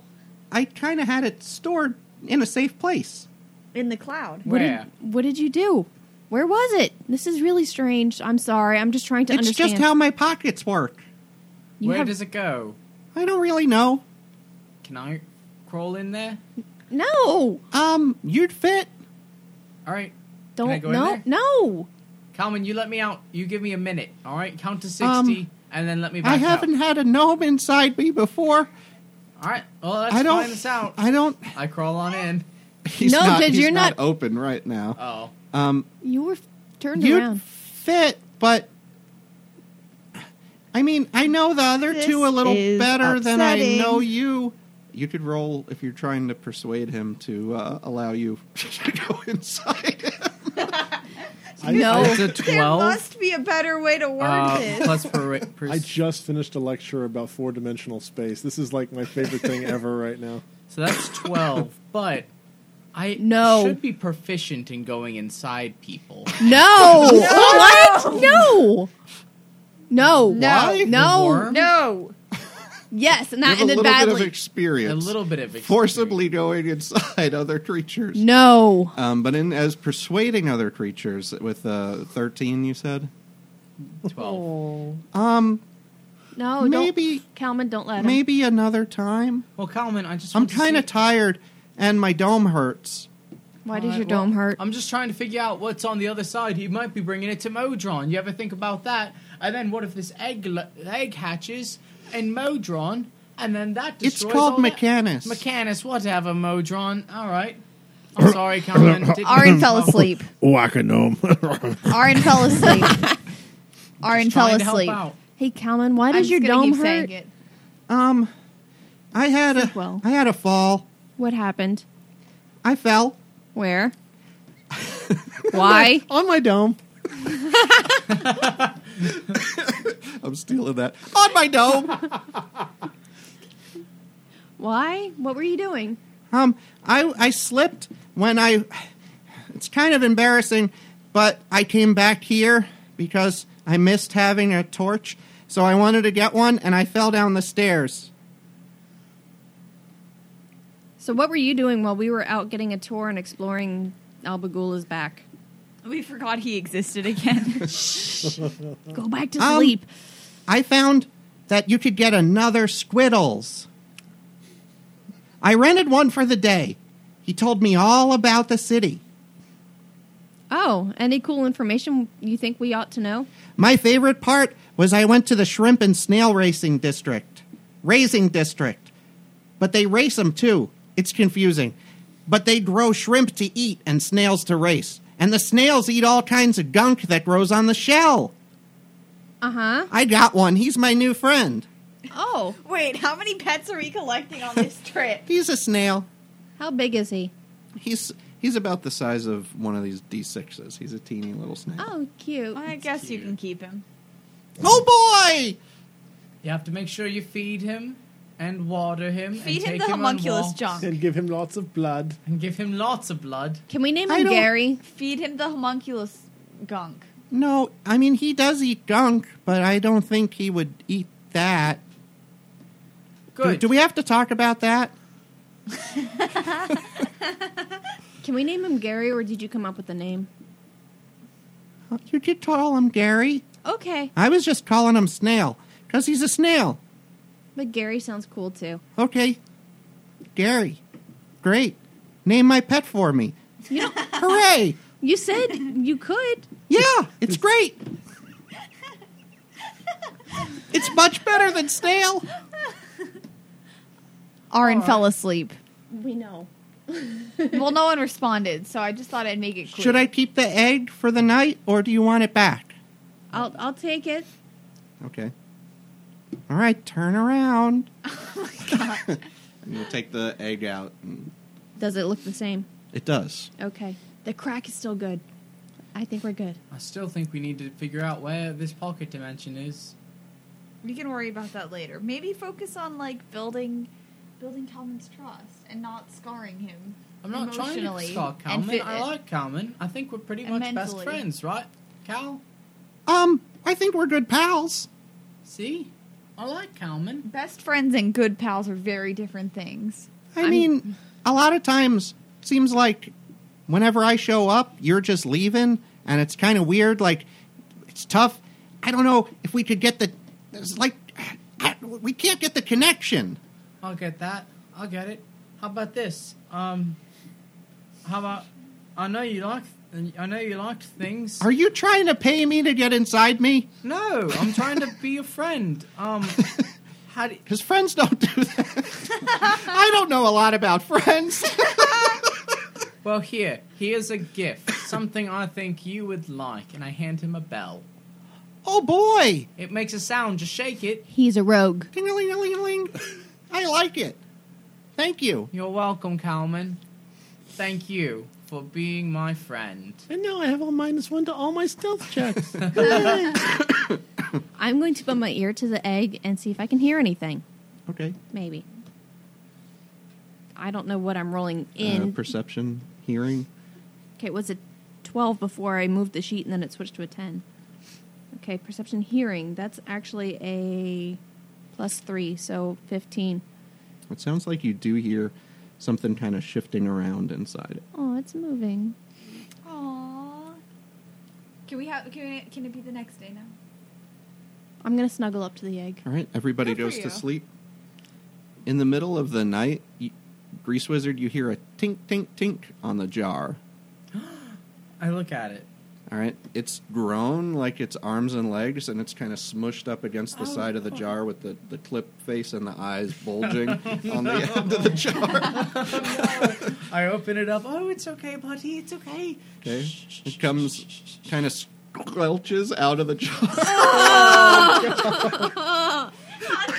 I kind of had it stored in a safe place.
In the cloud.
What
Where?
did, what did you do? Where was it? This is really strange. I'm sorry. I'm just trying to
it's
understand.
just how my pockets work.
you
Where
have,
does it go?
I don't really know.
Can I crawl in there?
No.
Um, you'd fit.
All right.
Don't
I go in
no
there?
no.
Calvin, you let me out. You give me a minute. All right, count to 60
Um,
and then let me back
I haven't had a gnome inside me before.
out. All right. Well, let's
I don't.
find this out. I,
I don't.
crawl on in.
He's
No,
not,
'cause
he's
you're
not,
not-
open right now.
Oh.
Um,
You were f- turned
you'd
around.
fit, but I mean, I know the other
This
two a little
is
better than I
upsetting.
know you. You could roll if you're trying to persuade him to uh, allow you to go inside.
I,
Oh.
No.
I,
It's a
There
12.
must be a better way to word
Uh,
this.
plus per, per,
I just finished a lecture about four dimensional space. This is like my favorite thing ever right now.
So that's 12, but I
No.
should be proficient in going inside people.
No. What? No. No.
Why?
No.
Worm?
No.
Yes, and
You
that
have a
ended
little bit of
badly.
A
experience,
little bit of experience.
forcibly going inside other creatures.
No.
Um, but in as persuading other creatures with uh, thirteen, you said.
Oh.
12.
Um,
No.
maybe,
Oh, Don't, Calman, don't let him.
maybe another time.
Well, Calvin, I just
I'm
want to
kind of
see-
tired, and my dome hurts.
Why did
Alright,
your
well,
dome hurt?
I'm just trying to figure out what's on the other side. He might be bringing it to Modron. You ever think about that? And then what if this egg l- egg hatches in Modron, and then that
It's
destroys
called
all that-
Mechanus.
Mechanus, whatever, Modron. All right. I'm sorry, Calvin. Didn't-
Arin fell asleep.
Oh,
Waka gnome.
Arin fell asleep. Arin
Just
fell
trying to help
asleep.
out.
hey, Calman, why
I'm
did
just
your
gonna
dome
keep saying
hurt?
it.
Um, I had a I
Sleep well.
had a fall.
What happened?
I fell.
Where? Why?
On my dome.
I'm stealing that on my dome.
Why? What were you doing?
um, I I slipped when I. It's kind of embarrassing, but I came back here because I missed having a torch, so I wanted to get one, and I fell down the stairs.
So, what were you doing while we were out getting a tour and exploring Albagula's back?
We forgot he existed again.
Go back to
Um,
sleep.
I found that you could get another Squiddles. I rented one for the day. He told me all about the city.
Oh, any cool information you think we ought to know?
My favorite part was I went to the shrimp and snail racing district. Raising district. But they race them too. It's confusing. But they grow shrimp to eat and snails to race. And the snails eat all kinds of gunk that grows on the shell.
Uh huh.
I got one. He's my new friend.
Oh,
Wait, how many pets are we collecting on this trip?
He's a snail.
how big is he?
He's he's about the size of one of these D6s. He's a teeny little snail.
Oh, cute.
I guess you
cute.
can keep him.
Oh boy!
You have to make sure you feed him and water him. and
Feed him
take
the
on
homunculus
walks
junk.
and give him lots of blood.
And give him lots of blood.
Can we name
I
him
don't-
Gary?
Feed him the homunculus gunk.
No, I mean he does eat gunk, but I don't think he would eat that. Do-
Good.
Do, we have to talk about that?
Can we name him Gary, or did you come up with the name?
You did call him Gary.
Okay,
I was just calling him Snail because he's a snail.
but Gary sounds cool too.
Okay, Gary, great. Name my pet for me.
You know,
Hooray!
you said you could.
Yeah, it's great. It's much better than snail.
Aaron fell asleep.
We know.
well, no one responded, so I just thought I'd make it clear.
Should I keep the egg for the night or do you want it back?
I'll I'll take it.
Okay. All right, turn around. and you'll take the egg out. And
Does it look the same?
it does.
Okay, the crack is still good. I think we're good.
I still think we need to figure out where this pocket dimension is.
We can worry about that later. Maybe focus on like building.
Building Calvin's trust and not scarring him.
I'm not trying to
Emotionally
scar
and
Calman.
fit-
I like Calman. I think we're pretty
and
much best
mentally.
friends, right? Cal?
Um, I think we're good pals.
See? I like Calman.
Best friends and good pals are very different things.
I mean, a lot of times seems like whenever I show up, you're just leaving, and it's kind of weird. Like it's tough. I don't know if we could get the. It's like I, we can't get the connection.
I'll get that. I'll get it. How about this? Um, how about? I know you like. I know you liked things.
Are you trying to pay me to get inside me?
no, I'm trying to be a friend. Um, how do,
Because friends don't do that. I don't know a lot about friends.
well here, here's a gift. Something I think you would like, and I hand him a bell.
oh boy,
It makes a sound. Just shake it.
He's a rogue.
ding-a-ling-a-ling-a-ling. I like it. Thank you.
You're welcome, Calman. Thank you for being my friend.
And now I have a minus one to all my stealth checks.
I'm going to put my ear to the egg and see if I can hear anything.
Okay. Uh,
Maybe. I don't know what I'm rolling
Uh,
in.
perception, hearing.
okay, it was a 12 before I moved the sheet and then it switched to a 10. Okay, perception hearing. That's actually a plus 3, so 15.
It sounds like you do hear something kind of shifting around inside it.
Oh, it's moving.
Aww. Can we have? Can, we, can it be the next day now?
I'm going to snuggle up to the egg.
All right, everybody
Good for
goes to
you.
sleep. In the middle of the night, you, Grease Wizard, you hear a tink, tink, tink on the jar.
I look at it.
All right, it's grown like its arms and legs, and it's kind of smushed up against
Oh,
the side of the jar with the, the clip face and the eyes bulging on the end of the jar.
I open it up. Oh, it's okay, buddy. It's okay.
Okay, it comes, kind of squelches out of the jar.
How do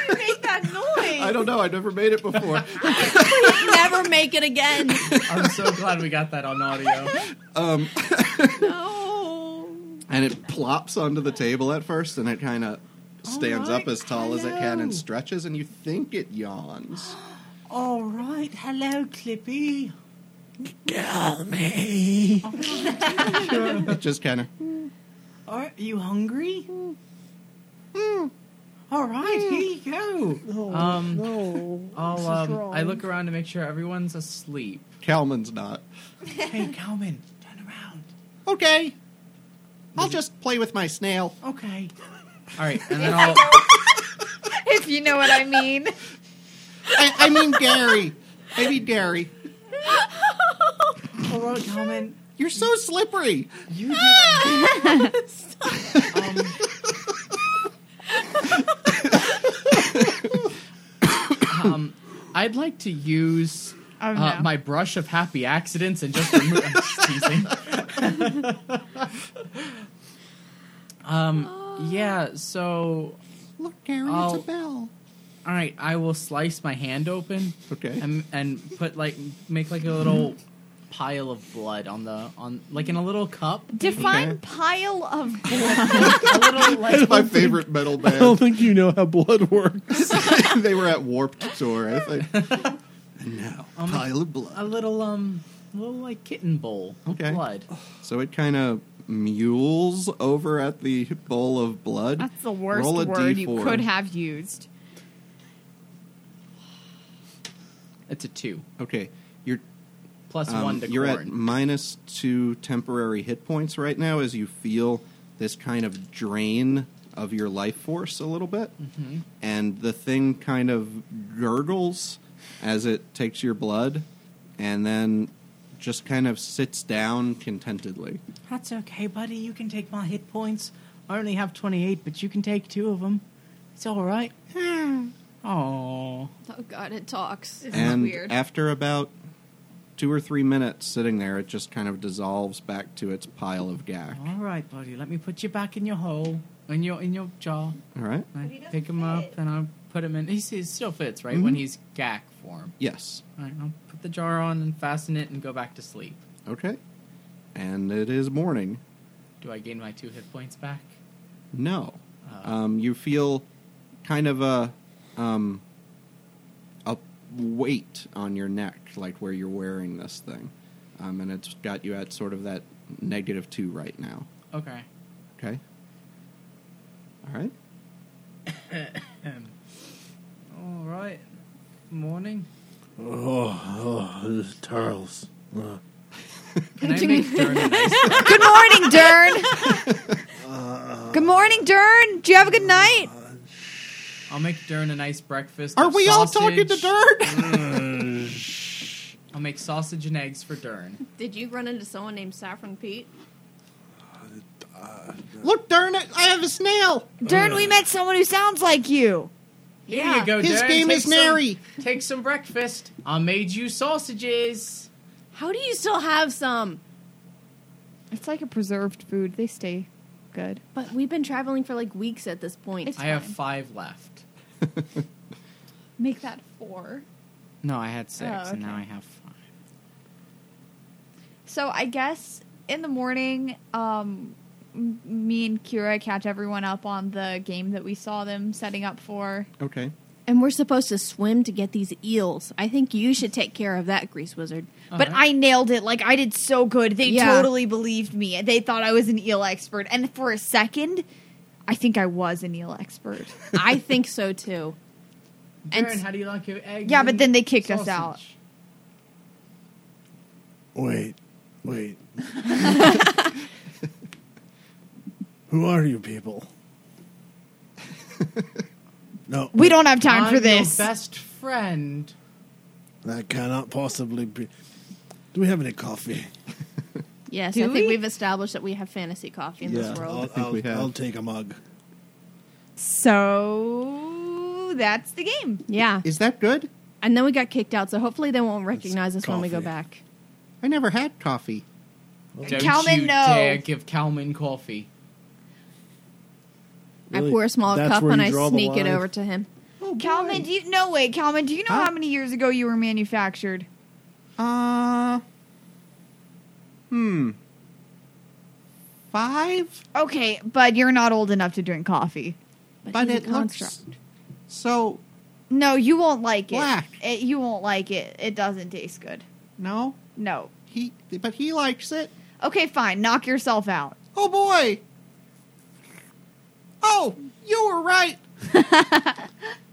you make that noise?
I don't know, I've never made it before.
Never make it again.
I'm so glad we got that on audio.
Um,
know.
and it plops onto the table at first, and it kind of stands
Alright,
up as tall as it can
hello.
and stretches, and you think it yawns.
All right. Hello, Clippy.
it just kind of.
Are you hungry? All right, here you go. um, I'll, um, I look around to make sure everyone's asleep.
Kalman's not.
hey, Calvin, turn around.
Okay. I'll just play with my snail.
Okay. All right, and then I'll.
If you know what I mean.
I, I mean, Gary. I mean, Gary.
All right, Calvin.
You're so slippery.
You did. um, um, I'd like to use
Oh,
uh,
no.
my brush of happy accidents and just remove. I'm just teasing. um, yeah, so Um,
Look, Gary,
I'll-
it's a bell.
all right, I will slice my hand open.
Okay.
And and put like make like a little pile of blood on the on like in a little cup.
Define pile of blood.
a little like
My favorite metal
I don't
band.
think you know how blood works.
they were at Warped Tour, I think. Now,
Um,
pile of
a
blood.
little um little like kitten bowl of
Okay.
blood.
So it kind of mules over at the bowl of blood.
That's the worst
Roll a
word you
D4.
could have used.
It's a two
Okay, you're
Plus
um,
one to
you're at
corn.
minus two temporary hit points right now as you feel this kind of drain of your life force a little bit,
Mm-hmm.
and the thing kind of gurgles as it takes your blood, and then just kind of sits down contentedly.
That's okay, buddy. You can take my hit points. I only have twenty eight, but you can take two of them. It's all right.
Hmm.
Oh.
Oh god, it talks. This
and
is weird.
after about two or three minutes sitting there, it just kind of dissolves back to its pile of gack.
All right, buddy. Let me put you back in your hole, in your in your jaw.
All right.
I
he doesn't
pick him up
fit.
and I put him in. He s- he still fits, right?
Mm-hmm.
When he's gag form.
Yes.
All right, I'll put the jar on and fasten it and go back to sleep.
Okay. And it is morning.
Do I gain my two hit points back?
No.
Uh,
Um, you feel kind of a um, a weight on your neck, like where you're wearing this thing, um, and it's got you at sort of that negative two right now.
okay.
Okay. All right.
All right. Morning.
Oh, oh, this Charles. Uh,
Can I make Dern a nice
Good morning, Dern. good morning, Dern. Did you have a good night?
I'll make Dern a nice breakfast.
Are
of
we all talking to
sausage.
Dirt?
I'll make sausage and eggs for Dern.
Did you run into someone named Saffron Pete?
Look, Dirt, I have a snail.
Dern, we met someone who sounds like you.
Here you go,
His
Dern.
game
Oh, Take
is
some-
Nary.
Take some breakfast. I made you sausages.
How do you still have some?
It's like a preserved food. They stay good.
But we've been traveling for like weeks at this point.
It's-
I have five left.
Make that four.
No, I had six,
Oh,
and now
okay.
I have five.
So I guess in the morning, um, m- me and Kira catch everyone up on the game that we saw them setting up for.
Okay.
and we're supposed to swim to get these eels. I think you should take care of that, Grease Wizard.
But I nailed it. Like I did so good. They
Yeah.
totally believed me. They thought I was an eel expert. And for a second, I think I was an eel expert.
I think so too.
Dern,
And s-
how do you like your eggs?
Yeah, but
and
then they kicked us
sausage?
out.
wait, wait. Who are you people? No,
We don't have time
I'm
for this.
Your best friend.
That cannot possibly be. Do we have any coffee?
Yes,
Do
I think
we?
we? have established that we have fantasy coffee in
Yeah. Oh,
this
I'll,
world.
think we
I'll-
have.
I'll take a mug.
So that's the game.
Yeah,
Is that good?
and then we got kicked out, so hopefully they won't recognize us when we go
coffee.
back.
I never had coffee.
Don't
Kalman,
you
no.
dare give Kalman coffee.
Really?
I pour a small
That's
cup
where
and
you
I
draw the
sneak it
line?
over to him.
Oh,
Calman, do you no wait, Calman, do you know
Huh?
how many years ago you were manufactured?
Uh. Hmm. Five?
Okay, but you're not old enough to drink coffee.
But,
But
he's a
it looks.
construct.
So,
No, you won't like it.
Black.
it. You won't like it. It doesn't taste good.
no?
No.
He. But he likes it.
Okay, fine. Knock yourself out.
Oh boy! Oh, you were right!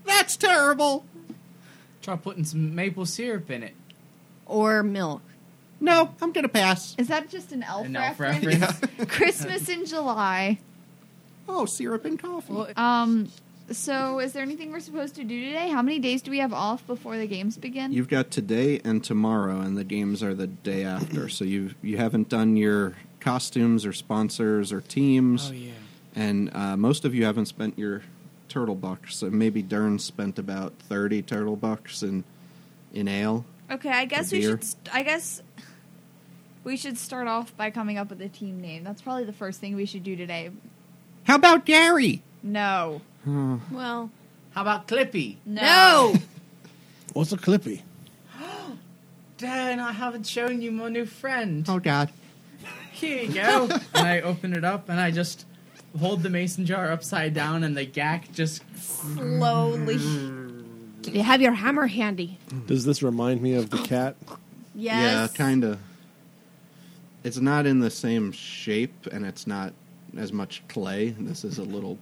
That's terrible!
Try putting some maple syrup in it.
or milk.
No, I'm gonna pass.
Is that just an elf
An elf
reference? Christmas in July.
Oh, syrup and coffee.
Um. So, is there anything we're supposed to do today? How many days do we have off before the games begin?
You've got today and tomorrow, and the games are the day after. So you you haven't done your costumes or sponsors or teams,
Oh yeah.
and uh, most of you haven't spent your turtle bucks. So maybe Dern spent about thirty turtle bucks in in ale.
okay, I guess we
Beer.
should. St- I guess we should start off by coming up with a team name. That's probably the first thing we should do today.
How about Gary?
No.
Well,
How about Clippy?
No.
What's a clippy?
Dan, I haven't shown you my new friend.
Oh God.
Here you go. and I open it up and I just hold the mason jar upside down and the gack just
Slowly.
Mm.
You have your hammer handy.
Does this remind me of the cat?
Yeah,
Yes.
kind of. It's not in the same shape, and it's not as much clay. This is a little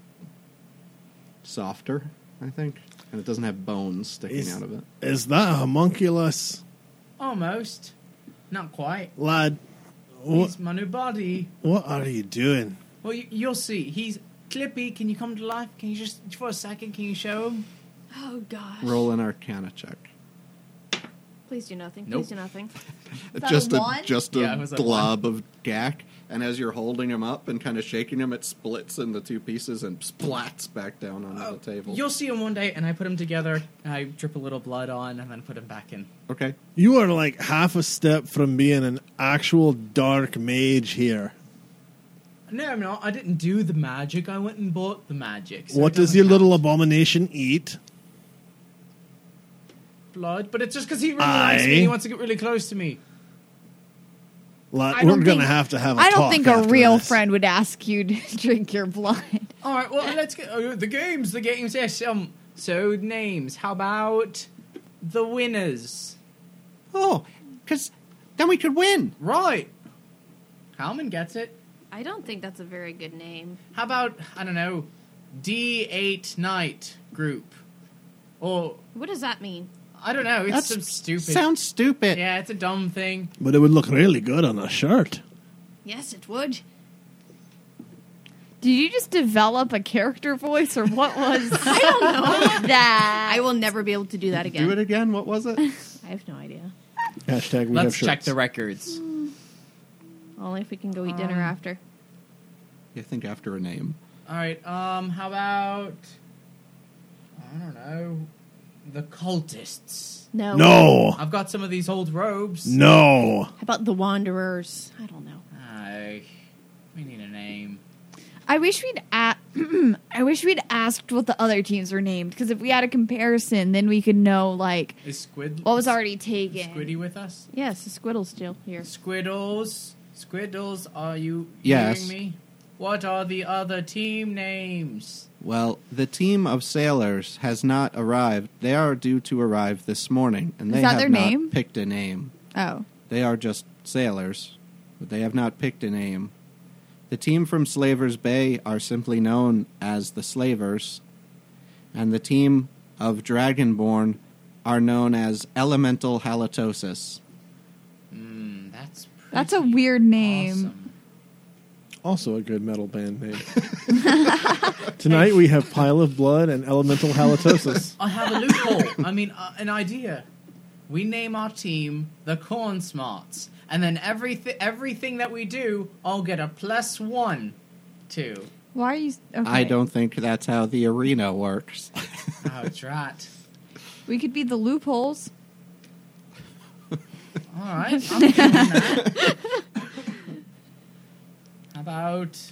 softer, I think, and it doesn't have bones sticking
Is-
out of it.
Is that a homunculus,
almost. Not quite.
lad? What,
He's my new body.
what are you doing?
Well, you, you'll see. He's Clippy. Can you come to life? Can you just for a second? Can you show him?
Oh gosh.
Roll an Arcana check.
Please do nothing.
Nope.
Please do nothing.
that
just
a
a,
one?
just a
Yeah, it was a
glob of gack, and as you're holding him up and kind of shaking him, it splits into two pieces and splats back down onto the table.
Oh, You'll see him one day. And I put him together. And I drip a little blood on, and then put him back in.
Okay,
You are like half a step from being an actual dark mage here.
No, I'm not. I didn't do the magic. I went and bought the magic. so
what
it
does
doesn't
your
count.
little abomination eat?
blood? But it's just because he really likes me. and He
I-
wants to get really close to me.
Lad,
I
we're
don't
going to
think-
have to have. a
I don't
talk
think a
after
real
this.
friend would ask you to drink your blood.
All right. Well, let's get oh, the games. The games. Yes. Um. So names. How about the winners?
Oh, because then we could win.
Right. Calman gets it.
I don't think that's a very good name.
How about I don't know, D eight night group, or
What does that mean?
I don't know. It's
That's
some stupid.
Sounds stupid.
yeah, it's a dumb thing.
But it would look really good on a shirt.
Yes, it would.
Did you just develop a character voice, or what was? I don't know that.
I will never be able to do that again.
Do it again. What was it?
I have no idea.
Hashtag we have
Let's
shirts.
check the records.
Only if we can go eat dinner
Um,
after.
you think after a name.
All right. Um. How about I don't know, the cultists.
No.
No,
I've got some of these old robes.
no.
How about the Wanderers? I don't know.
Aye, we need a name.
I wish we'd a- I wish we'd asked what the other teams were named because if we had a comparison, then we could know like
Is Squid?
what was already taken.
Squiddy with us?
Yes, the Squiddle's still here.
Squiddles, Squiddles, are you
Yes.
hearing me? What are the other team names?
Well, the team of sailors has not arrived. They are due to arrive this morning, and they
that
have
their
not
name?
picked a name.
Oh,
They are just sailors, but they have not picked a name. The team from Slavers Bay are simply known as the Slavers, and the team of Dragonborn are known as Elemental Halitosis.
Mm, that's
that's a weird name.
awesome.
Also a good metal band name. Tonight we have Pile of Blood and Elemental Halitosis.
I have a loophole. I mean, uh, an idea. We name our team the Corn Smarts, and then everything everything that we do, I'll get a plus one to.
Why are you? s- Okay.
I don't think that's how the arena works.
Oh, drat.
We could be the loopholes.
All right. um, I'm doing that. How about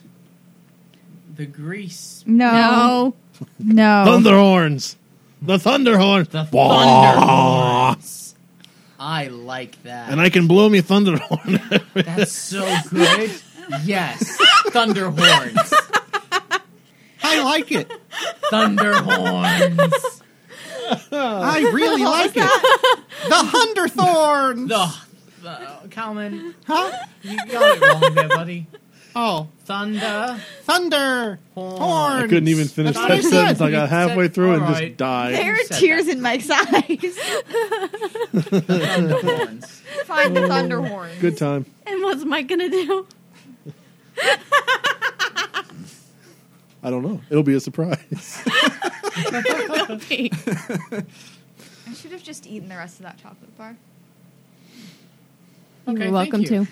the grease?
No, no.
Thunderhorns. The thunderhorns.
The thunderhorns. I like that.
And I can blow me thunderhorn.
That's so good. yes, thunderhorns.
I like it.
Thunderhorns.
I really like it. The Hunderthorns.
The uh, Calman,
Huh?
you got it wrong there, buddy.
Oh,
Thunder.
thunder
Horn.
I couldn't even finish
That's
that
what I
sentence.
said.
I got
You said-
halfway through and
all
just
right.
died.
there
You
are
said
tears
that.
in my eyes.
Thunderhorns.
Find the thunderhorn.
Good time.
And what's Mike gonna do?
I don't know. It'll be a surprise.
I should have just eaten the rest of that chocolate bar.
Okay,
You're welcome
thank you.
to.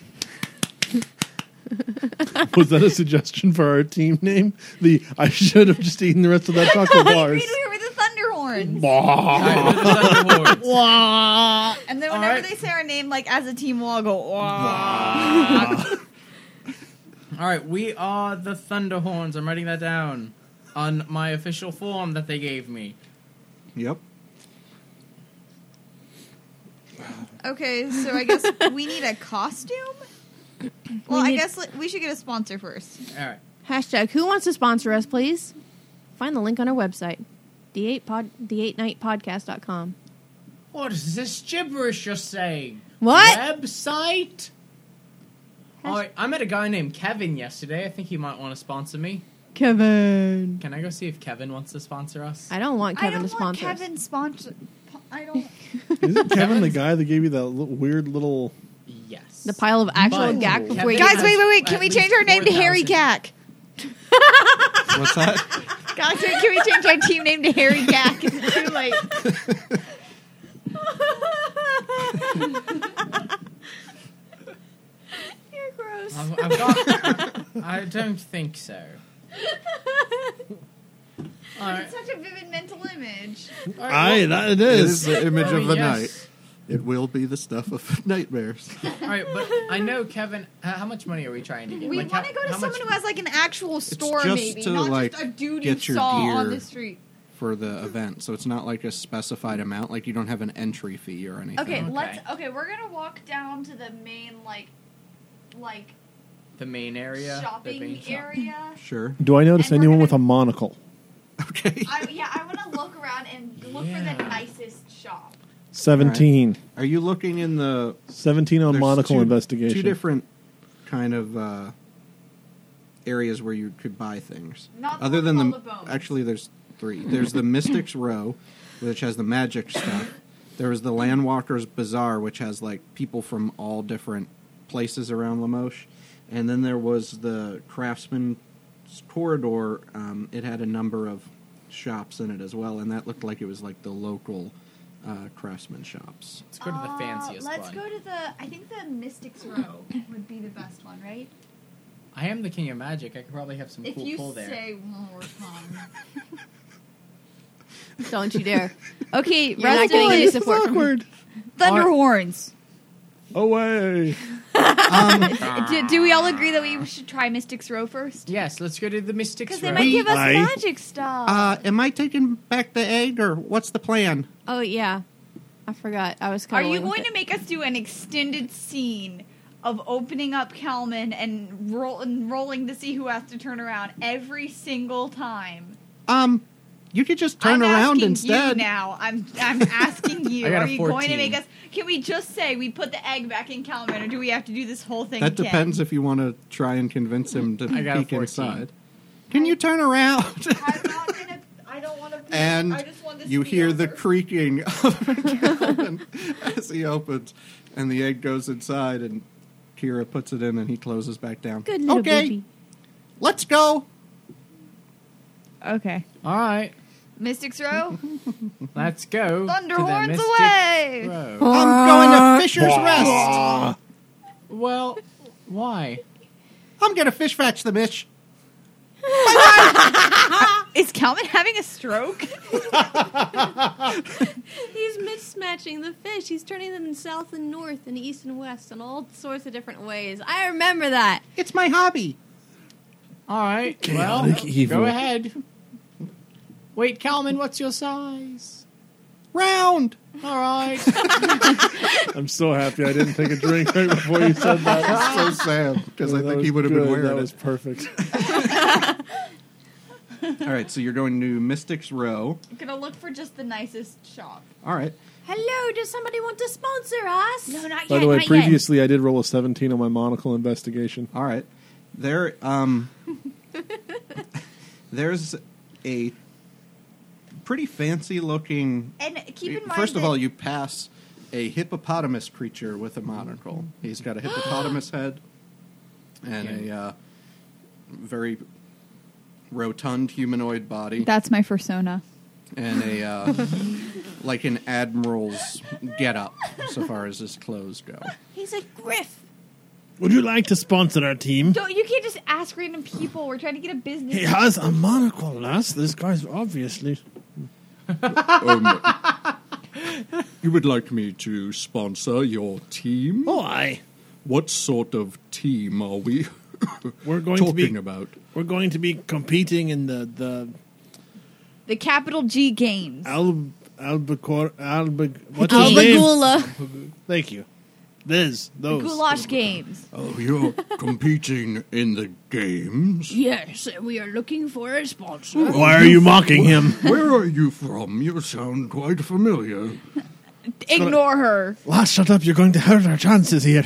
Was that a suggestion for our team name? The I should have just eaten the rest of that chocolate bars.
We were the Thunderhorns.
Alright, the Thunderhorns.
And then
All
whenever
right.
they say our name, like as a team, we'll all go, "Wah."
All right, we are the Thunderhorns. I'm writing that down on my official form that they gave me.
Yep.
Okay, so I guess we need a costume. Well, I
need-
guess like, we should get a sponsor first.
All right.
Hashtag who wants to sponsor us, please? Find the link on our website, the8 pod, the8nightpodcast.com.
What is this gibberish you're saying?
What?
Website? All right, I met a guy named Kevin yesterday. I think he might want to sponsor me.
Kevin.
Can I go see if Kevin wants to sponsor us?
I don't want
I
Kevin
don't
to sponsor.
want
us.
Kevin sponsor. I don't.
Isn't Kevin the guy that gave you that li- weird little?
Yes.
The pile of actual
But
gag before we
Kevin
Guys,
has
wait, wait, wait! Can
at
we
least
change our name to Harry
4,000.
Gack?
What's that?
Guys, wait, can we change our team name to Harry Gack? It's too late. You're gross.
I've, I've got. I don't think so. All right.
It's such a vivid mental image.
Aye, that it
it
is.
is the image
I mean,
of the
Oh, yes.
night. It will be the stuff of nightmares.
All right, but I know Kevin. How, how much money are we trying to get?
We
Like,
want
how-
to go to
how
someone
much-
who has like an actual store,
just
maybe,
to,
not
like,
just a dude
get
who
your
saw on
gear.
the street.
for the event. So it's not like a specified amount. Like you don't have an entry fee or anything.
Okay,
Okay.
let's. Okay, we're gonna walk down to the main like, like
the main area, the main
shopping
shop.
area.
Sure.
Do I notice
And we're
anyone
gonna-
with a monocle?
Okay.
I, yeah, I want to look around and look
Yeah.
for the nicest shop.
Seventeen.
Are you looking in the
Seventeen on
there's
monocle
two-
investigation.
Two different kind of uh, areas where you could buy things.
Not the
Other
one
than
with
the,
all the bones.
actually, there's three. There's the Mystics Row, which has the magic stuff. There was the Landwalkers Bazaar, which has like people from all different places around Lamoche, and then there was the Craftsman Corridor. Um, it had a number of shops in it as well, and that looked like it was like the local uh, craftsman shops.
Let's go to the
Uh,
fanciest
Let's
one.
go to the. I think the Mystics Row would be the best one, right?
I am the king of magic. I could probably have some
If
cool
you
pull there.
say one more time.
Don't you dare. Okay,
You're not
Rest
getting
getting
any
any support. from-
Thunder horns.
Away.
Um,
do, do we all agree that we should try Mystics Row first?
Ah. yes, let's go to the mystics.
Because they
room.
might give us
Aye.
magic stuff.
Uh, am I taking back the egg, or what's the plan?
Oh, yeah. I forgot. I was
Are
kind
you going to make us do an extended scene of opening up Kalman and, roll, and rolling to see who has to turn around every single time?
Um, you could just turn
I'm
around
asking
instead.
You now I'm I'm asking you.
I got a
Are you going to
14.
make us? Can we just say we put the egg back in Kalman, or do we have to do this whole thing?
That
again?
depends if you want to try and convince him to
I got a
peek
14.
inside. Can you turn around?
I'm not gonna. I don't want to.
and
I just want this
you
to be
hear the
over.
creaking of Calvin as he opens, and the egg goes inside, and Kira puts it in, and he closes back down.
Good little
okay,
baby.
let's go.
Okay.
All right,
Mystics Row,
let's go.
thunder
to the
horns
mystic
away.
row.
I'm going to Fisher's Rest.
Well, why?
I'm going to fish fetch the bitch.
Is Calvin having a stroke?
He's mismatching the fish. He's turning them in south and north and east and west and all sorts of different ways. I remember that.
It's my hobby.
All right. Well,
Chaotic evil.
go ahead. Wait, Calman, what's your size?
Round.
All right.
I'm so happy I didn't take a drink right before you said that.
That's so sad because uh, I
That
think
was
he would have been
good.
wearing
That
it.
was perfect.
All right, so you're going to Mystics Row.
I'm gonna look for just the nicest shop.
All right.
Hello, does somebody want to sponsor us?
not
By the way, previously I did roll a 17 on my monocle investigation.
All right. There um there's a pretty fancy looking
And keep in mind,
First of
that-
all, you pass a hippopotamus creature with a monocle. He's got a hippopotamus head and a uh, very rotund humanoid body
that's my persona.
and a uh, like an admiral's get up so far as his clothes go.
He's a griff.
Would you like to sponsor our team?
Don't you can't just ask random people. We're trying to get a business.
He has a monocle, lass. This guy's obviously.
You would like me to sponsor your team?
Oh, aye.
What sort of team are we
We're going
talking
to be.
about?
We're going to be competing in the the
the capital G games.
Al-
Albacore, Alba, what's his name?
Albagula.
Thank you. There's those.
Goulash games.
Oh, you're competing in the games?
Yes, we are looking for a sponsor.
Why are you mocking him?
Where are you from? You sound quite familiar.
Ignore her.
Lars, shut up. You're going to hurt our chances here.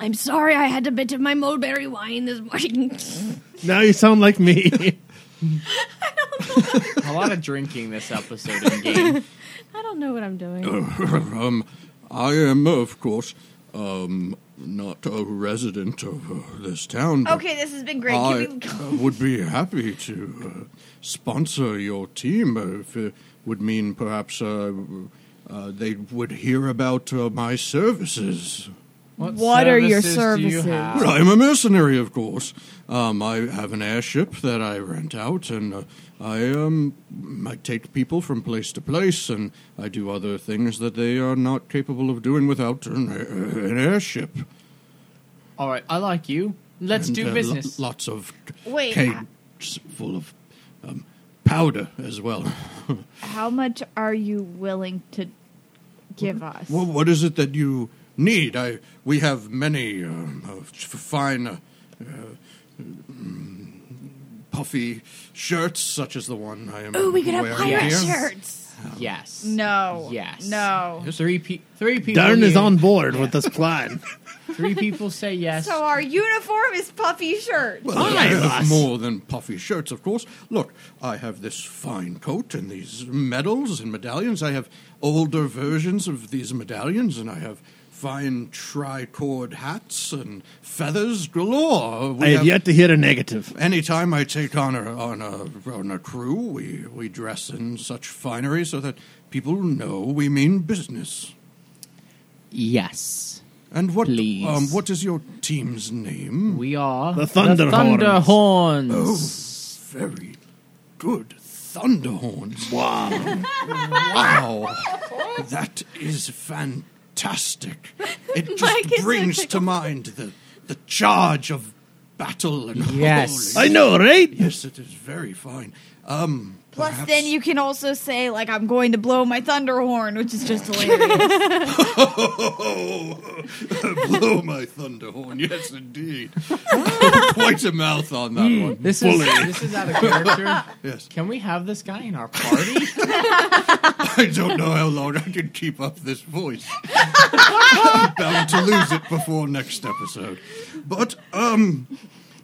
I'm sorry I had a bit of my mulberry wine this morning.
Now you sound like me.
A lot of drinking this episode in game.
I don't know what I'm doing.
um, I am, of course, um, not a resident of uh, this town. but
Okay, this has been great.
I
Can we
uh, would be happy to uh, sponsor your team uh, if it would mean perhaps uh, uh, they would hear about uh, my services.
What,
What are your
Do you
services?
have?
Well, I'm a mercenary, of course. Um, I have an airship that I rent out, and uh, I um, I take people from place to place, and I do other things that they are not capable of doing without an, uh, an airship.
All right, I like you. Let's
And,
do
uh, lo-
business.
lots of
Wait, I-
cakes full of um, powder as well.
How much are you willing to give us?
Well, what is it that you need? I we have many um, uh, f- fine, uh, uh, mm, puffy shirts, such as the one I am.
Ooh, we could have
wearing
pirate
here.
shirts.
yes.
no.
Yes.
No.
Three pe- three people.
Darn is
yeah.
on board with this plan.
Three people say yes.
So our uniform is puffy shirts.
Well,
Aye,
I have
lass.
more than puffy shirts, of course. Look, I have this fine coat and these medals and medallions. I have older versions of these medallions, and I have fine tricord hats and feathers galore. We
I have
have-
yet to hear a negative.
Anytime I take on a on a on a crew, we we dress in such finery so that people know we mean business.
yes.
And what
Please.
um what is your team's name?
We are
The Thunder
Thunder Horns.
oh, very good, Thunderhorns. Wow, wow, that is fantastic. It
Mike is
just
so
brings to mind the the charge of battle and
Yes.
holy-
I know, right?
Yes, it is very fine. Um,
Plus,
perhaps-
then you can also say, like, I'm going to blow my thunder horn, which is just hilarious.
Blow my thunder horn. Yes, indeed. Quite a mouth on
Oh.
that one.
Hmm. This is this is out of character.
Yes.
Can we have this guy in our party?
I don't know how long I can keep up this voice. I'm bound to lose it before next episode. But, um,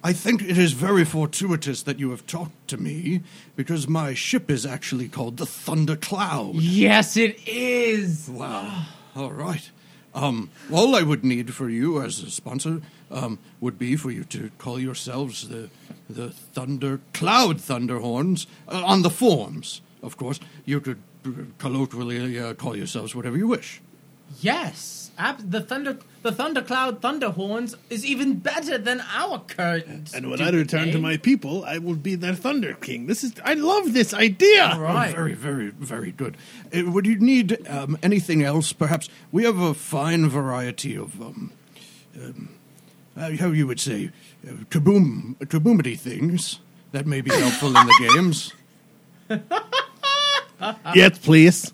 I think it is very fortuitous that you have talked to me because my ship is actually called the Thunder Cloud.
yes, it is.
Wow. All right. Um, all I would need for you as a sponsor um, would be for you to call yourselves the the Thunder Cloud Thunderhorns uh, on the forms. Of course, you could uh, colloquially uh, call yourselves whatever you wish.
Yes. Ab- the thunder the thundercloud thunderhorns is even better than our current.
And when I
stupid
return to
name.
my people, I will be their Thunder King. This is I love this idea.
All
Oh,
right.
very, very, very good. Uh, would you need um, anything else? Perhaps we have a fine variety of um, um, uh, how you would say uh, kaboom kaboomity things that may be helpful in the games.
Yes, please.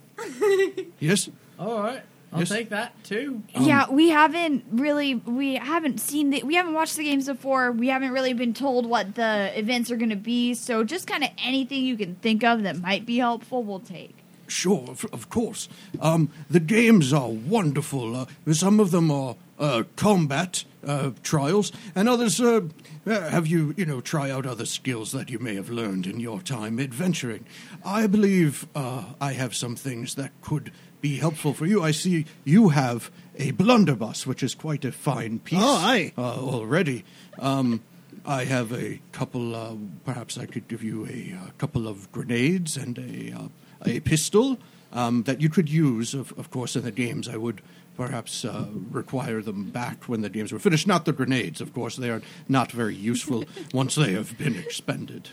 Yes.
All right. I'll
Yes.
take that too.
Um,
yeah, we haven't really, we haven't seen the, we haven't watched the games before. We haven't really been told what the events are going to be. So just kind of anything you can think of that might be helpful, we'll take.
Sure, of, of course. Um, the games are wonderful. Uh, some of them are uh, combat uh, trials, and others uh, uh, have you, you know, try out other skills that you may have learned in your time adventuring. I believe uh, I have some things that could be helpful for you. I see you have a blunderbuss, which is quite a fine piece.
Oh, aye.
Uh, already. Um, I have a couple. Uh, perhaps I could give you a, uh couple of grenades and a uh, a pistol um, that you could use. Of, of course, in the games, I would perhaps uh, require them back when the games were finished. Not the grenades, of course. They are not very useful once they have been expended.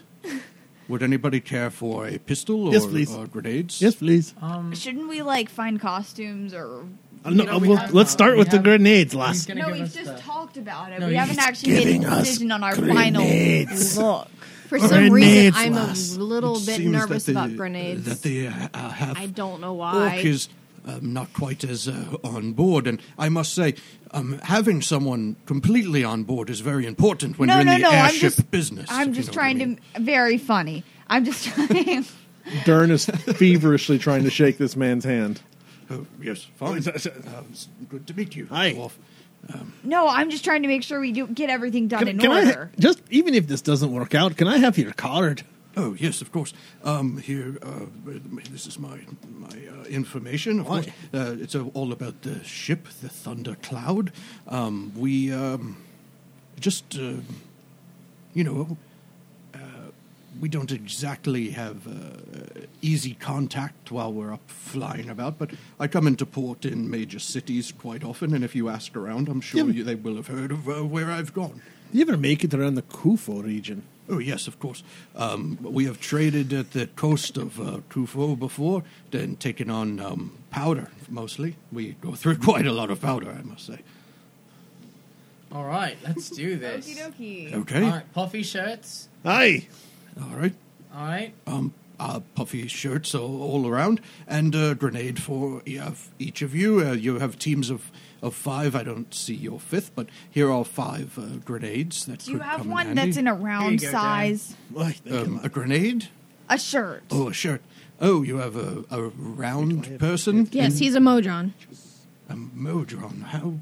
Would anybody care for a pistol or,
Yes, please.
or grenades?
Yes, please.
Um,
Shouldn't we, like, find costumes or.
Uh, no,
know,
uh,
we
well,
have-
let's start
we
with the
have-
grenades,
He's
lass.
gonna
No,
give
we've
us
just
the-
talked about it.
No,
we
he's
haven't actually made
giving
a
us
decision on our
grenades.
final look.
For some reason,
Grenades
I'm
last.
a little
It
bit
seems
nervous
that the-
about grenades.
That they uh, uh, have
I don't know why.
Orc is um, not quite as uh, on board, and I must say, um, having someone completely on board is very important when
no,
you're in
no,
the
no. I'm
airship
just
business.
I'm
if you
just
know what I
trying
mean.
to very funny. I'm just trying.
Dern is feverishly trying to shake this man's hand.
Oh, yes, fine. Uh, it's good to meet you.
Hi.
dwarf.
no, I'm just trying to make sure we do get everything done in
Can, can I
order.
just even if this doesn't work out? Can I have your card?
Oh yes, of course. Um, here, uh, this is my my uh, information. Of course, uh, it's uh, all about the ship, the Thunder Cloud. Um, we um, just, uh, you know, uh, we don't exactly have uh, easy contact while we're up flying about. But I come into port in major cities quite often, and if you ask around, I'm sure
Yeah.
you, they will have heard of uh, where I've gone.
You ever make it around the Kufo region?
Oh, yes, of course. Um, we have traded at the coast of uh, Tufo before, then taken on um, powder mostly. We go through quite a lot of powder, I must say.
All right, let's do this.
Okie
Okay.
All right, puffy shirts.
Aye.
All right.
All right.
Um, uh, puffy shirts all, all around, and a grenade for e- of each of you. Uh, you have teams of, of five. I don't see your fifth, but here are five uh, grenades. That
Do you
could
have
come
one
in handy.
that's in a round
go, Dad.
size?
Aye, thank you.
um, a grenade?
A shirt.
Oh, a shirt. Oh, you have a, a round person?
yes, he's a Mojon.
A modron, how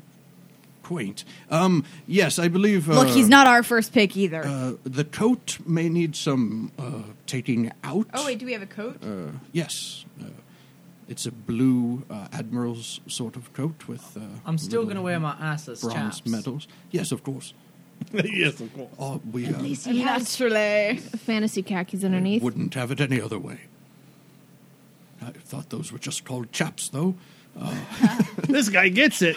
quaint. Um, yes, I believe. Uh,
Look, he's not our first pick either.
Uh, the coat may need some uh, taking out.
Oh wait, do we have a coat?
Uh, yes, uh, it's a blue uh, admiral's sort of coat with. Uh,
I'm still
little
gonna wear my assless
bronze
chaps.
medals. Yes, of course.
yes, of course.
Uh, we uh,
he has
Naturally.
fantasy khakis underneath.
wouldn't have it any other way. I thought those were just called chaps, though.
this guy gets it.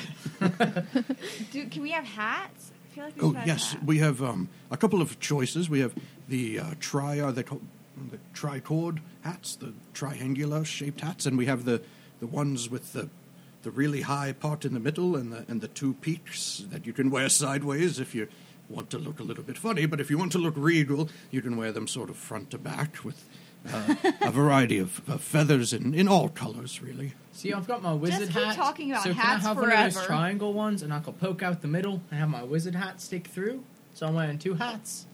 Do, can we have hats? I feel like we
Oh
should have
yes,
hats.
we have um, a couple of choices. We have the uh, tri are they called the tricord hats, the triangular shaped hats, and we have the, the ones with the the really high part in the middle and the and the two peaks that you can wear sideways if you want to look a little bit funny. But if you want to look regal, you can wear them sort of front to back with uh, a variety of, of feathers in, in all colors, really.
See, I've got my wizard
keep
hat.
talking about
so
hats
can I have one of those
forever.
triangle ones, and I can poke out the middle and have my wizard hat stick through. So I'm wearing two hats.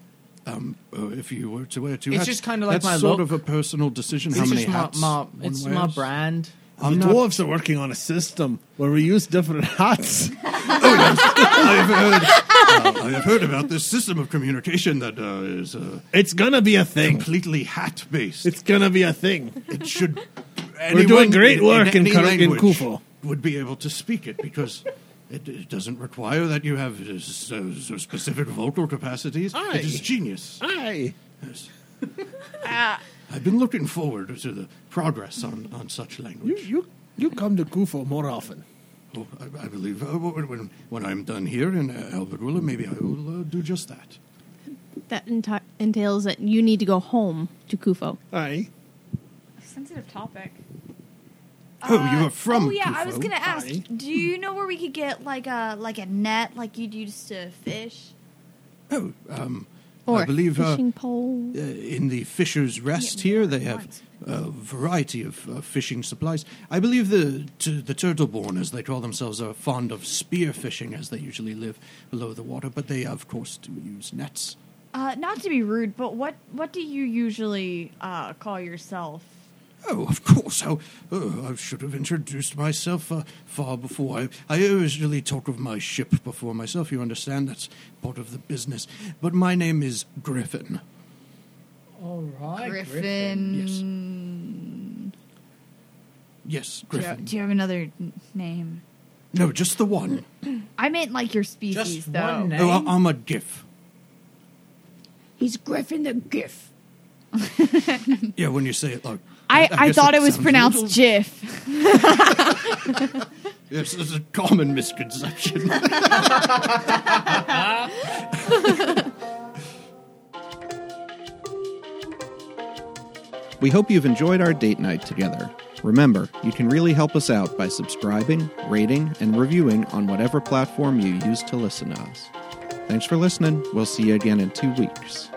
Uh, if you were to wear two,
It's
hats.
just kinda like
that's
my
sort
look.
of a personal decision.
It's
how many
just my,
hats?
my
one
it's my
wears.
brand.
I'm
the
not-
dwarves are working on a system where we use different hats.
Oh, I've heard, I have heard about this system of communication that uh, is uh,
It's gonna be a thing.
completely hat based.
It's gonna be a thing.
It should.
We're doing great work in
any
Kar- in
language
Kufo.
Would be able to speak it because it, it doesn't require that you have uh, so, so specific vocal capacities.
Aye.
It is genius.
Aye.
Yes. I've been looking forward to the progress on, on such language.
You you you come to Kufo more often.
Oh, I, I believe uh, when, when- when I'm done here in uh, Albert Willa, maybe I will uh, do just that.
That enti- entails that you need to go home to Kufo.
Aye.
Sensitive topic.
Oh, you are from
Oh yeah, I was
Tufo.
gonna ask.
Hi.
Do you know where we could get like a like a net like you'd use to fish?
Oh, um,
Or
I believe uh,
fishing pole.
uh, in the Fisher's Rest
Yeah,
here they have
once.
a variety of uh, fishing supplies. I believe the t- the turtleborn, as they call themselves, are fond of spear fishing, as they usually live below the water. But they, of course, do use nets.
Uh, not to be rude, but what what do you usually uh, call yourself?
Oh, of course. How oh, I should have introduced myself uh, far before. I, I usually talk of my ship before myself. You understand that's part of the business. But my name is Griffin.
All right,
Yes,
Griffin.
yes,
Mm. Do you,
Griffin.
do you have another n- name?
No, just the one.
I meant like your species,
Just
though.
one name.
Oh, I- I'm a GIF.
He's Griffin the Gif.
Yeah, when you say it like.
I, I,
guess
thought it was
sounds
pronounced
little-
Jiff.
Yes, it's a common misconception. We hope you've enjoyed our date night together. Remember, you can really help us out by subscribing, rating, and reviewing on whatever platform you use to listen to us. Thanks for listening. We'll see you again in two weeks.